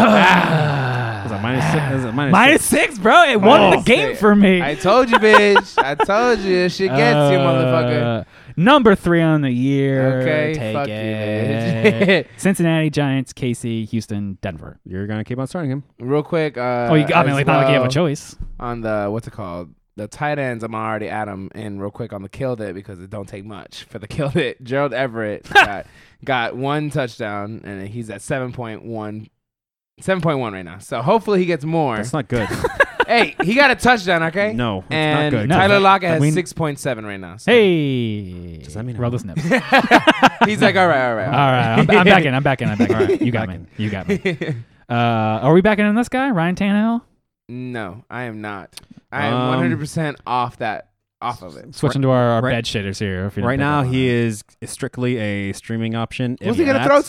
Is it minus six? Is it minus Minus six? six, bro. It won the game for me. I told you, bitch. I told you, this shit gets you, motherfucker. Uh, Number three on the year. Okay, take fuck you, it. [laughs] bitch. Cincinnati Giants, KC, Houston, Denver. You're gonna keep on starting him. Real quick. Uh, oh, you got me. as Like, not like you have well, a choice. [laughs] on the what's it called? The tight ends, I'm already at 'em. And real quick on the killed it because it don't take much for the [laughs] killed it. Gerald [laughs] Everett got, got one touchdown and he's at 7.1. 7.1 right now. So hopefully he gets more. That's not [laughs] good. hey, he got a [laughs] touchdown, okay? no, it's And not good. No. Tyler Lockett has We- 6.7 right now. So Hey. Does that mean roll I'm- the [laughs] snips? [laughs] he's like, all right, all right. All right, I'm, I'm back in. I'm back in. I'm back in. All right, you got me. You got me. Uh, are we backing in this guy, Ryan Tannehill? [laughs] No, I am not. I am Um, 100% off that, off of it. Switching to our, our right- bed shitters here. If you Right now, he is strictly a streaming option. Who's he gonna throw to?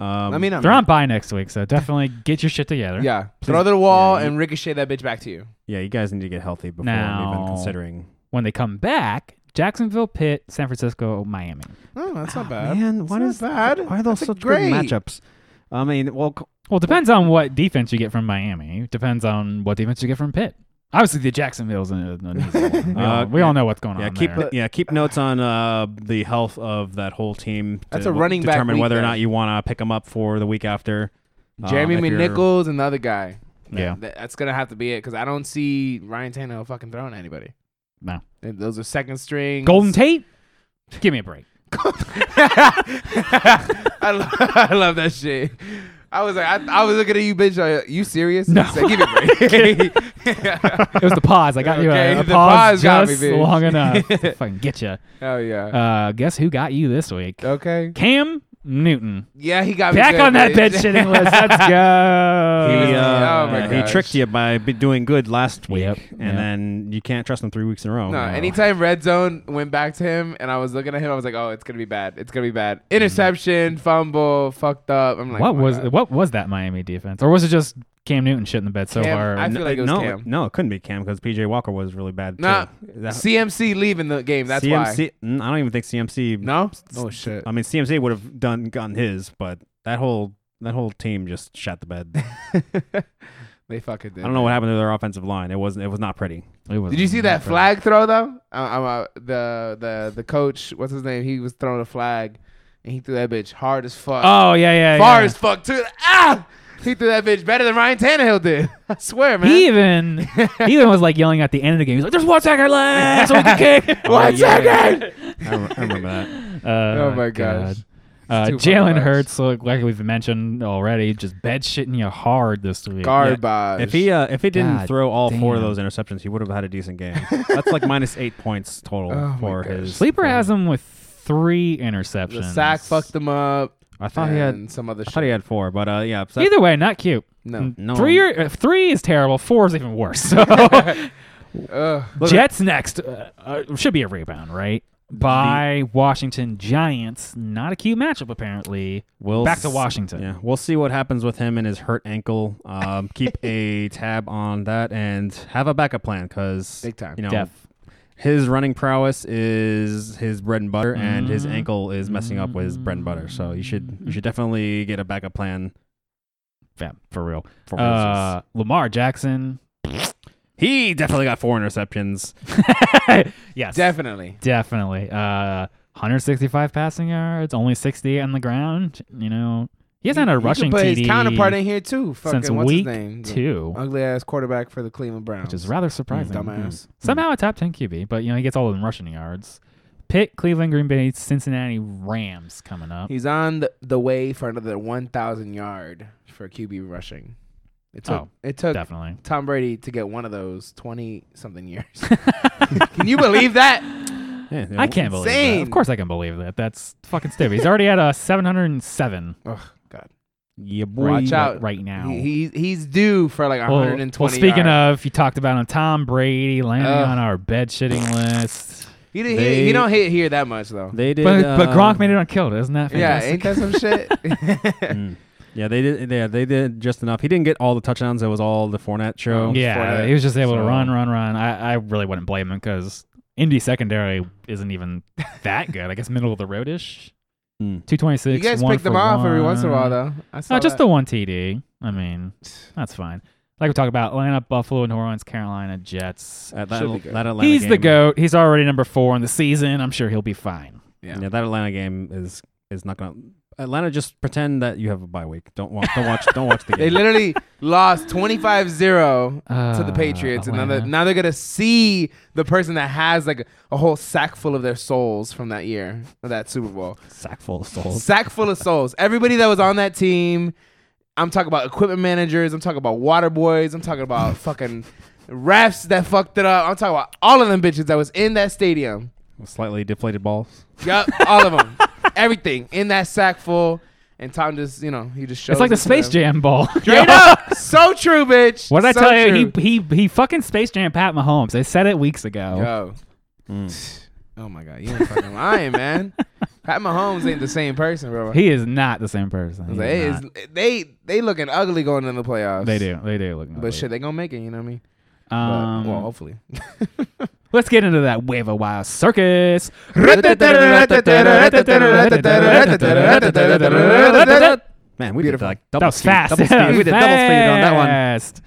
to? Um, Let me know. They're on bye next week, so [laughs] definitely get your shit together. Yeah, throw to the wall Yeah, you- and ricochet that bitch back to you. Yeah, you guys need to get healthy before I'm Now- even considering. When they come back, Jacksonville, Pitt, San Francisco, Miami. Oh, that's [laughs] not Man, not bad. Why are those That's such great. good matchups? I mean, well, c- Well, depends on what defense you get from Miami. Depends on what defense you get from Pitt. Obviously, the Jacksonville's an, an easy [laughs] one. We, all, [laughs] Uh, we all know what's going yeah, on. keep there. yeah keep notes on uh, the health of that whole team. to That's a running back determine week whether or there. not you want to pick them up for the week after. Um, Jeremy if you're- McNichols and the other guy. Yeah. That- that's gonna have to be it because I don't see Ryan Tannehill fucking throwing to anybody. No. Th- those are second string. [laughs] Golden Tate, give me a break. I, lo- [laughs] I love that shit. I was like, I, I was looking at you, bitch. Like, you serious? No. He's Like, Give me [laughs] a break. [laughs] It was the pause. I got you Okay, a, a the pause, pause got just me, bitch. long [laughs] enough to fucking get you. Hell Oh, yeah. Uh, guess who got you this week? okay. Cam Newton. Yeah, he got me Back good, on that bitch. bed [laughs] shitting list. Let's go. He, uh, Oh my he gosh. tricked you by be doing good last week, Yep, and yep. then you can't trust him three weeks in a row. No, anytime Red Zone went back to him and I was looking at him, I was like, oh, it's going to be bad. It's going to be bad. Interception, fumble, fucked up. I'm like, what oh my was God. what was that Miami defense, or was it just Cam Newton shit in the bed so Cam- hard? I feel like it was no, Cam. no, it couldn't be Cam because PJ Walker was really bad. Nah, too. That- CMC leaving the game. That's why. CMC. mm, I don't even think CMC. No? [laughs] Oh, shit. I mean CMC would have done gotten his, but that whole that whole team just shot the [laughs] bed. I they fucking did. don't know what happened to their offensive line. It wasn't. It was not pretty. It was Did you see not that pretty. flag throw, though? Uh, uh, the, the, the coach, what's his name? He was throwing a flag and he threw that bitch hard as fuck. Oh yeah, yeah. Far yeah. as fuck, too. Ah! He threw that bitch better than Ryan Tannehill did. [laughs] I swear, [laughs] man. He even he even was like yelling at the end of the game. He's like, "There's one second left, so we can [laughs] kick." One second! I, rem- I remember that. Uh, oh my gosh. Uh, too Jalen fucking Hurts, like, like we've mentioned already, just bed shitting you hard this week. Garbage. If he uh, if he didn't God throw all four of damn. those interceptions, he would have had a decent game. That's like minus eight points total Oh my for gosh. his Sleeper for- has him with three interceptions. the sack fucked him up. I thought he had. and some other I shit. thought he had four, but uh, yeah. so that- Either way, not cute. No. No. Three or, uh, three is terrible. Four is even worse. So [laughs] Ugh. Jets next uh, uh, should be a rebound, right? By Washington Giants. Not a cute matchup apparently. We'll Back to s- Washington. Yeah, we'll see what happens with him and his hurt ankle. Um, keep [laughs] a tab on that and have a backup plan because Big time. You know, Def. his running prowess is his bread and butter, and his Mhm. ankle is messing up with his bread and butter. So you should you should definitely get a backup plan. Yeah, for real. For Uh, uh, Lamar Jackson. [laughs] he definitely got four interceptions. Yes. Definitely. Definitely. Uh, 165 passing yards, only 68 on the ground. You know, he hasn't had a You could rushing put TD his counterpart in here too. Fucking since what's week his name? two, Ugly ass quarterback for the Cleveland Browns. which is rather surprising. dumbass. Somehow a top 10 QB, but you know, he gets all of them rushing yards. Pitt, Cleveland, Green Bay, Cincinnati, Rams coming up. He's on the, the way for another 1,000 yard for QB rushing. It took Oh, it took [laughs] Definitely. Tom Brady to get one of those twenty something years. [laughs] Can you believe that? Yeah, yeah, I can't believe that. insane. Of course I can believe that. That's fucking stupid. He's already at a [laughs] 707 Oh God! Yeah, boy. Watch out! right now. He, he- he's due for like Well, 120. well, speaking yards. of, you talked about him, Tom Brady landing Ugh. on our bed shitting list. he, he, they- he don't hit here that much though. They did. But, but uh, Gronk made it on kill. Isn't that um, yeah, fantastic? ain't that some [laughs] shit? mm. Yeah, they did. Yeah, they did just enough. He didn't get all the touchdowns. It was all the Fournette show. Yeah, Fournette. he was just able to So- run, run, run. I, I really wouldn't blame him because Indy secondary isn't even that good. I guess middle of the roadish. Mm. Two twenty six. you guys pick them off every once in a while though. I saw No, just that. the one TD. I mean, that's fine. Like we talk about Atlanta, Buffalo, New Orleans, Carolina, Jets. At Should that, be good. that Atlanta He's the game- goat. He's already number four in the season. I'm sure he'll be fine. Yeah. Yeah. that Atlanta game is is not gonna. Atlanta, just pretend that you have a bye week. Don't watch. Don't watch. don't [laughs] watch the They game. literally lost 25-0 Uh, to the Patriots, and now Atlanta. they're, now they're gonna see the person that has like a whole sack full of their souls from that year, of that Super Bowl. Sack full of souls. Sack full of souls. Everybody that was on that team. I'm talking about equipment managers. I'm talking about water boys. I'm [laughs] talking about fucking refs that fucked it up. I'm talking about all of them bitches that was in that stadium. Slightly deflated balls. Yup, all of them. Everything in that sack full. And Tom just, you know, he just shows. It's like it the to Space them. Jam ball. [laughs] Straight up. So true, bitch. What did so I tell you? true. He he he fucking Space Jam Pat Mahomes. I said it weeks ago. Yo. Oh my god, you ain't fucking lying, man. Pat Mahomes ain't the same person, bro. He is not the same person. He they, is is, not. they they looking ugly going into the playoffs. They do. They do look. ugly. But shit, they gonna make it, you know what I mean? But- Um, well, hopefully. let's get into that waiver wire circus. Man, we Beautiful. did like That double was speed. fast. Double speed. [laughs] That was we did double speed on that one. fast.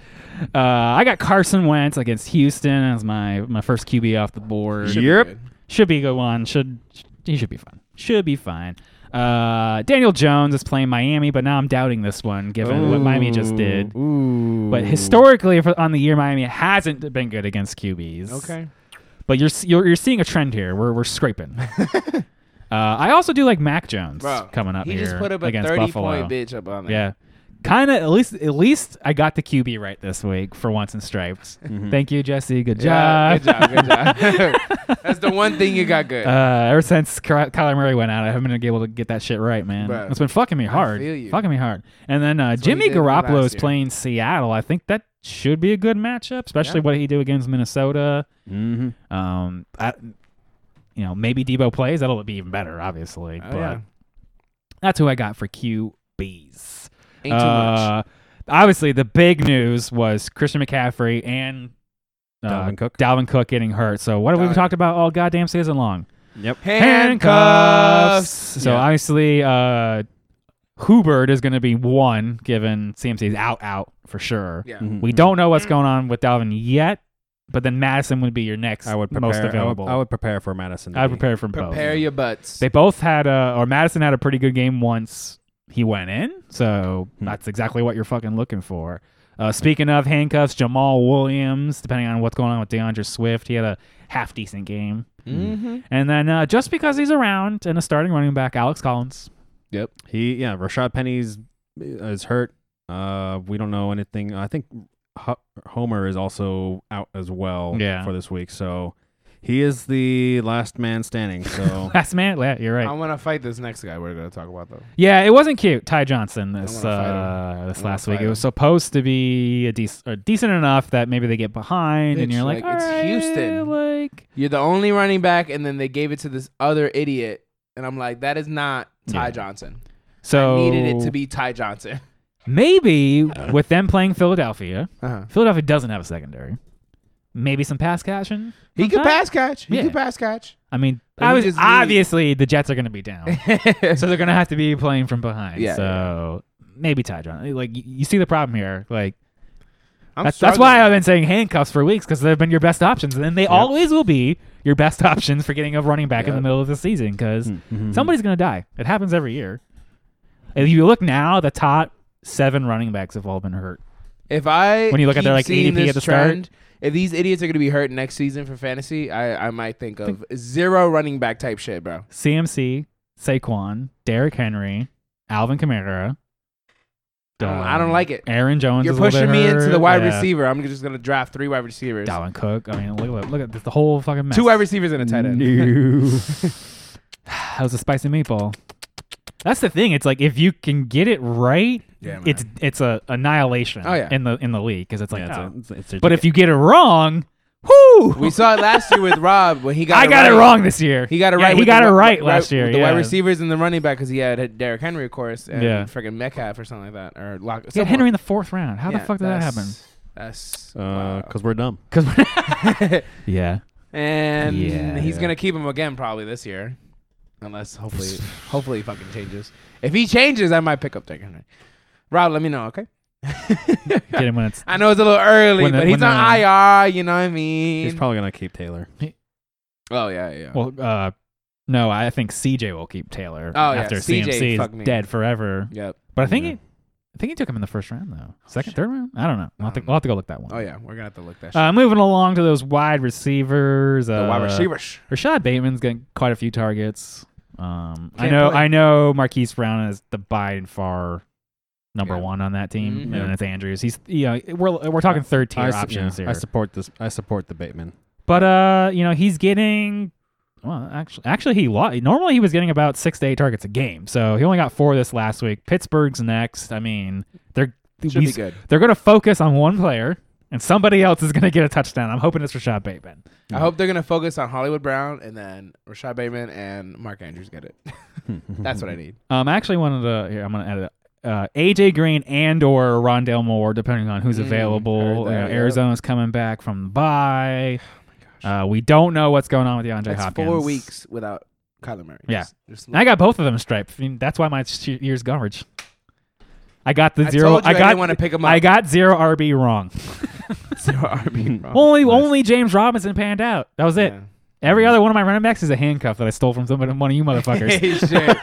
Uh, I got Carson Wentz against Houston as my my first QB off the board. Should be Yep. good. should be a good one. Should he should be fun. Should be fine. Uh, Daniel Jones is playing Miami, but now I'm doubting this one given what Miami just did. Ooh. But historically, for, on the year, Miami hasn't been good against QBs. Okay. But you're s- you're, you're seeing a trend here. We're we're scraping. uh, I also do like Mac Jones Bro, coming up he here just put up a against 30 Buffalo. point bitch up on there. Yeah. Kind of at least at least I got the QB right this week for once in stripes. Thank you, Jesse. Good Yeah, job. Good job, good job. [laughs] That's the one thing you got good. [laughs] Uh, ever since Ky- Kyler Murray went out, I haven't been able to get that shit right, man. Bruh. It's been fucking me hard, feel you. fucking me hard. And then uh, what he Jimmy did last Garoppolo is year. playing Seattle. I think that should be a good matchup, especially what he did against Minnesota. Mm-hmm. Mhm. Um, I, you know, maybe Debo plays. That'll be even better, obviously. Oh, but yeah. that's who I got for QBs. Ain't too much. Uh, Obviously, the big news was Christian McCaffrey and uh, Dalvin Cook. Dalvin Cook getting hurt. So what have we Dalvin. talked about all goddamn season long? Yep. handcuffs. So Yeah. obviously, uh, Hubert is going to be one, given CMC's out, out for sure. Yeah. Mhm. We don't know what's going on with Dalvin yet, but then Madison would be your next I would prepare. most I would- available. I would, prepare for Madison. to I'd be- prepare for Prepare both. your butts. They both had a, or Madison had a pretty good game once he went in. So Hmm. that's exactly what you're fucking looking for. Uh, speaking of handcuffs, Jamal Williams, depending on what's going on with DeAndre Swift, he had a half decent game. mm-hmm. And then uh, just because he's around and a starting running back, Alex Collins. [laughs] He yeah, Rashad Penny's is hurt. Uh, we don't know anything. I think Ho- Homer is also out as well. Yeah. for this week, so he is the last man standing. [laughs] [laughs] So Last man, yeah, you're I right. want to fight this next guy we're going to talk about, though. Yeah, it wasn't cute. Ty Johnson this I wanna fight uh, this I wanna last week. fight It was supposed to be a dec- or decent enough that maybe they get behind, and Bitch, you're like, like, it's "All right, Houston." Like, You're the only running back, and then they gave it to this other idiot. And I'm like, that is not Ty Yeah. Oh. Johnson. so Needed it to be Ty Johnson. maybe with them playing Philadelphia. [laughs] Uh-huh. Philadelphia doesn't have a secondary. Maybe some pass catching. He could Okay. pass catch. He Yeah. could pass [laughs] catch. I mean, But he obvi- just need- obviously the Jets are going to be [laughs] down. so they're gonna have to be playing from behind. Yeah, so maybe Ty Johnson. Like you, you see the problem here. Like I'm that's, that's why I've struggling. been saying handcuffs for weeks because they've been your best options, and they always will be your best [laughs] options for getting a running back in the Yep. Hmm. middle of the season because [laughs] mhm, somebody's gonna die. It happens every year. If you look now, the top seven running backs have all been hurt. If I When you look at keep their, like, seeing ADP at this the start. trend, if these idiots are going to be hurt next season for fantasy, I, I might think of zero running back type shit, bro. CMC, Saquon, Derrick Henry, Alvin Kamara, don't- I don't like it. Aaron Jones. You're is a little pushing bit me into hurt. the wide Yeah. receiver. I'm just gonna draft three wide receivers. Dalvin Cook. I mean, look at look at this, the whole fucking mess. Two wide receivers and a tight [laughs] end. No. [laughs] that was a spicy meatball. That's the thing. It's like if you can get it right, Yeah, man. it's it's a annihilation. Oh, yeah. in the in the league because it's like. Yeah, oh. it's a- it's a- but if you get it wrong, whoo! We saw it last year with Rob when he got. [laughs] I got right. it wrong this year. He got it Yeah, right. He with got the, it wi- right wi- last year. With the yeah. wide receivers and the running back because he had Derrick Henry, of course, and Yeah. freaking Metcalf or something like that, or Lock. He had someone. Henry in the fourth round. How Yeah, the fuck did that that's- happen? Uh, That's because wow. Uh, we're dumb. [laughs] Yeah. [laughs] and Yeah. he's Yeah. gonna keep him again probably this year, unless hopefully hopefully he fucking changes. If he changes, I might pick up Derrick Henry. Rob, let me know, okay? [laughs] Get him when it's. [laughs] I know it's a little early, When the- but he's when uh, on the- IR. You know what I mean? He's probably gonna keep Taylor. oh yeah, yeah. Well, uh, no, I think CJ will keep Taylor Oh, yeah, after CJ, fuck CMC me. is dead forever. yep. But I think Yeah. Oh, he, I think he took him in the first round though. Second, shit. third round? I don't know. We'll have, to, Um, we'll have to go look that one. Oh yeah, we're gonna have to look that. shit. Uh, moving along to those wide receivers. the uh, wide receivers. Rashad Bateman's getting quite a few targets. Um, I Can't know. play. I know. Marquise Brown is the by and far number Yeah. one on that team, Mhm. and then it's Andrews. He's you know we're we're talking third tier Mm-hmm. I, su- options yeah, here, I support this. I support [laughs] the Bateman. but uh, you know he's getting. Well, actually, actually, he lo- normally he was getting about six to eight targets a game, so he only got four this last week. Pittsburgh's next. I mean, they're Should be we- good. they're going to focus on one player, and somebody else is going to get a touchdown. I'm hoping it's Rashad Bateman. I hope they're gonna focus on Hollywood Brown and then Rashad Bateman and Mark Andrews get it. [laughs] That's what I need. Um, I actually wanted to. Here, I'm gonna edit. Uh, AJ Green and or Rondell Moore, depending on who's Mm, available. heard You know, that, yep. Oh Arizona's coming back from the bye. Uh, we don't know what's going on with DeAndre That's Hopkins. four weeks without Kyler Murray. Yeah. Just- just And I got both of them striped. I mean, that's why my sh- year's garbage. I got the I zero. told you I got. didn't wanna pick 'em I up. got zero RB wrong. [laughs] [laughs] zero RB. Bro. only only James Robinson panned out. That was it. Oh, Yeah. [laughs] Every other one of my running backs is a handcuff that I stole from somebody, one of you [laughs] motherfuckers. [laughs] Hey, shit.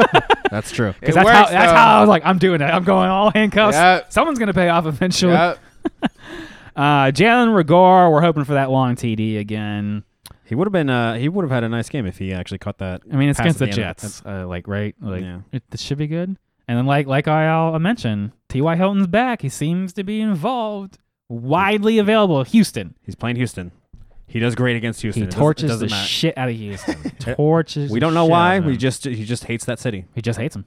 That's true. It Because that's, how, works, that's though. how I was like, I'm doing it. I'm going all handcuffs. Yep. Someone's going to pay off eventually. Yep. Uh, Jalen Rigor, we're hoping for that long TD again. He would have been. Uh, he would have had a nice game if he actually caught that. I mean, it's pass against the at end of Jets, uh, like right, like Yeah. it, this should be good. And then like like I all- I mentioned, T. Y. Hilton's back. He seems to be involved, widely available. Houston, He's playing Houston. He does great against Houston. he It doesn't- it torches doesn't the matter. shit out of [laughs] Houston. torches. we the don't know shit why. out of We him. just he just hates that city. he just hates him.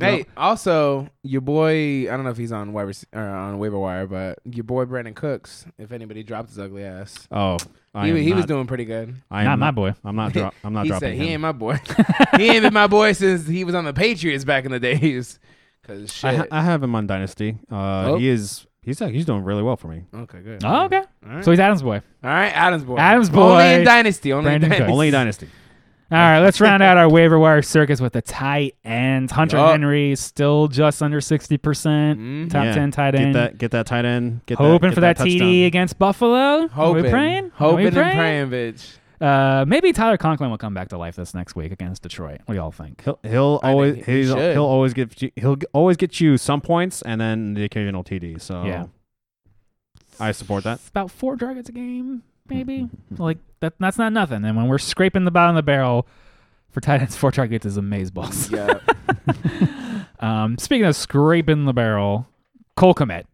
Hey, also your boy. I don't know if he's on waiver or on waiver wire, but your boy Brandon Cooks. If anybody dropped his ugly ass, Oh, I he, am he was not- doing pretty good. I am not my boy. I'm not. Dro- I'm not he dropping said him. he ain't [laughs] my boy. he ain't been my boy since he was on the Patriots back in the days. Cause I, shit. ha- I have him on Dynasty. Uh, Oh. He is. He's uh, he's doing really well for me. okay, good. Oh, okay. All right. So he's Adam's boy. All right, Adams boy. Adams Only in boy. Dynasty. Only in Brandon Cooks. Dynasty. Only Dynasty. All right, let's round out our waiver wire circus with the tight ends. Hunter Yup. Henry is still just under sixty percent, Mhm. top Yeah. ten tight Get end. that. Get that tight end. Get Hoping that, for get that, TD against Buffalo. Hoping, Are we praying? Are hoping we praying? and [laughs] praying, bitch. Uh, maybe Tyler Conklin will come back to life this next week against Detroit. What do y'all think? He'll, he'll I think always he he's, should. he'll always get you, he'll g- always get you some points and then the occasional TD. So Yeah. I support that. Mm-hmm. It's about four targets a game, maybe. like that. That's not nothing. And when we're scraping the bottom of the barrel for tight ends, four targets is amaze balls. Yeah. Um, speaking of scraping the barrel, Cole Komet.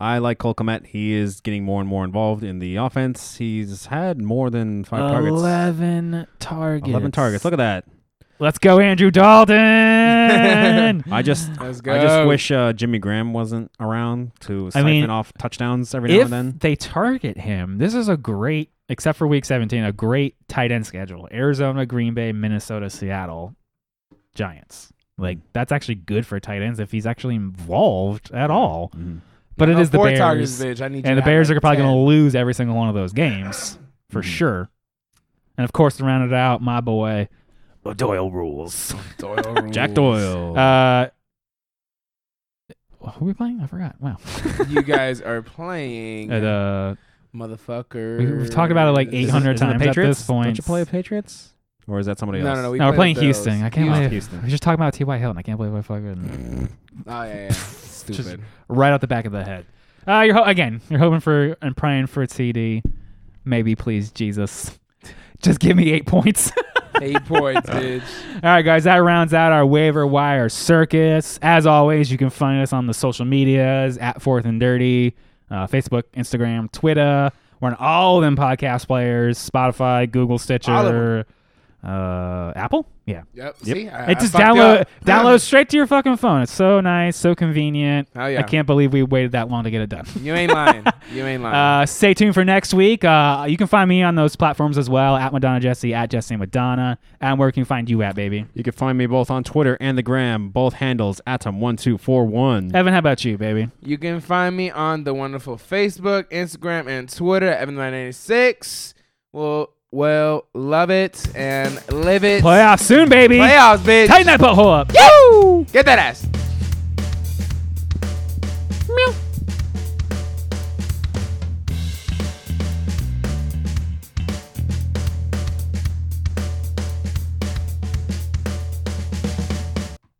I like Cole Komet. He is getting more and more involved in the offense. He's had more than five targets. Eleven targets. Eleven targets. Look at that. Let's go, Andrew [laughs] Dalton. I [gasps] just Let's go. I just wish uh, Jimmy Graham wasn't around to siphon mean, off touchdowns every now if and then. they target him, this is a great, except for week 17, a great tight end schedule. Arizona, Green Bay, Minnesota, Seattle, Giants. Like that's actually good for tight ends if he's actually involved at all. Mhm. But it Oh, is the four Bears, targets, bitch. I need you and the to have Bears like are probably 10. going to lose every single one of those games for sure. And of course, to round it out, my boy Doyle [laughs] rules. Doyle Jack rules. Doyle. Uh, who are we playing? I forgot. Wow. you guys are [laughs] playing, At, uh, motherfucker. we- we've talked about it like Is it- 800 isn't it times at Patriots? this point. Don't you play Patriots? Or is that somebody No, else? Oh, no, no. We no, we're play playing the Bills. Houston. I can't Houston. believe. Houston. We're just talking about T.Y. Hilton. I can't believe I fucking Oh yeah, [laughs] yeah. stupid. right out the back of the head. Uh, you're ho- again. You're hoping for and praying for a TD. Maybe, please, Jesus, just give me eight [laughs] points. [laughs] Eight points, bitch. All right, guys, that rounds out our waiver wire circus. As always, you can find us on the social medias at Fourth and Dirty, uh, Facebook, Instagram, Twitter. We're on all of them podcast players: Spotify, Google, of Stitcher, uh, Apple. Yeah, Yep. Yep. See, I, it I just fucked download [laughs] up. download straight to your fucking phone. It's so nice, so convenient. Oh, yeah. I can't believe we waited that long to get it [laughs] done. You ain't lying. [laughs] You ain't lying. Uh, stay tuned for next week. Uh, you can find me on those platforms as well at Madonna Jesse, at Jesse Madonna, and where can you find you at, baby? You can find me both on Twitter and the gram, both handles atom1241. Evan, how about you, baby? You can find me on the wonderful Facebook, Instagram, and Twitter at Evan986. Well, well, love it and live it. Playoffs soon, baby. Playoffs, bitch. Tighten that butthole up. Get that ass.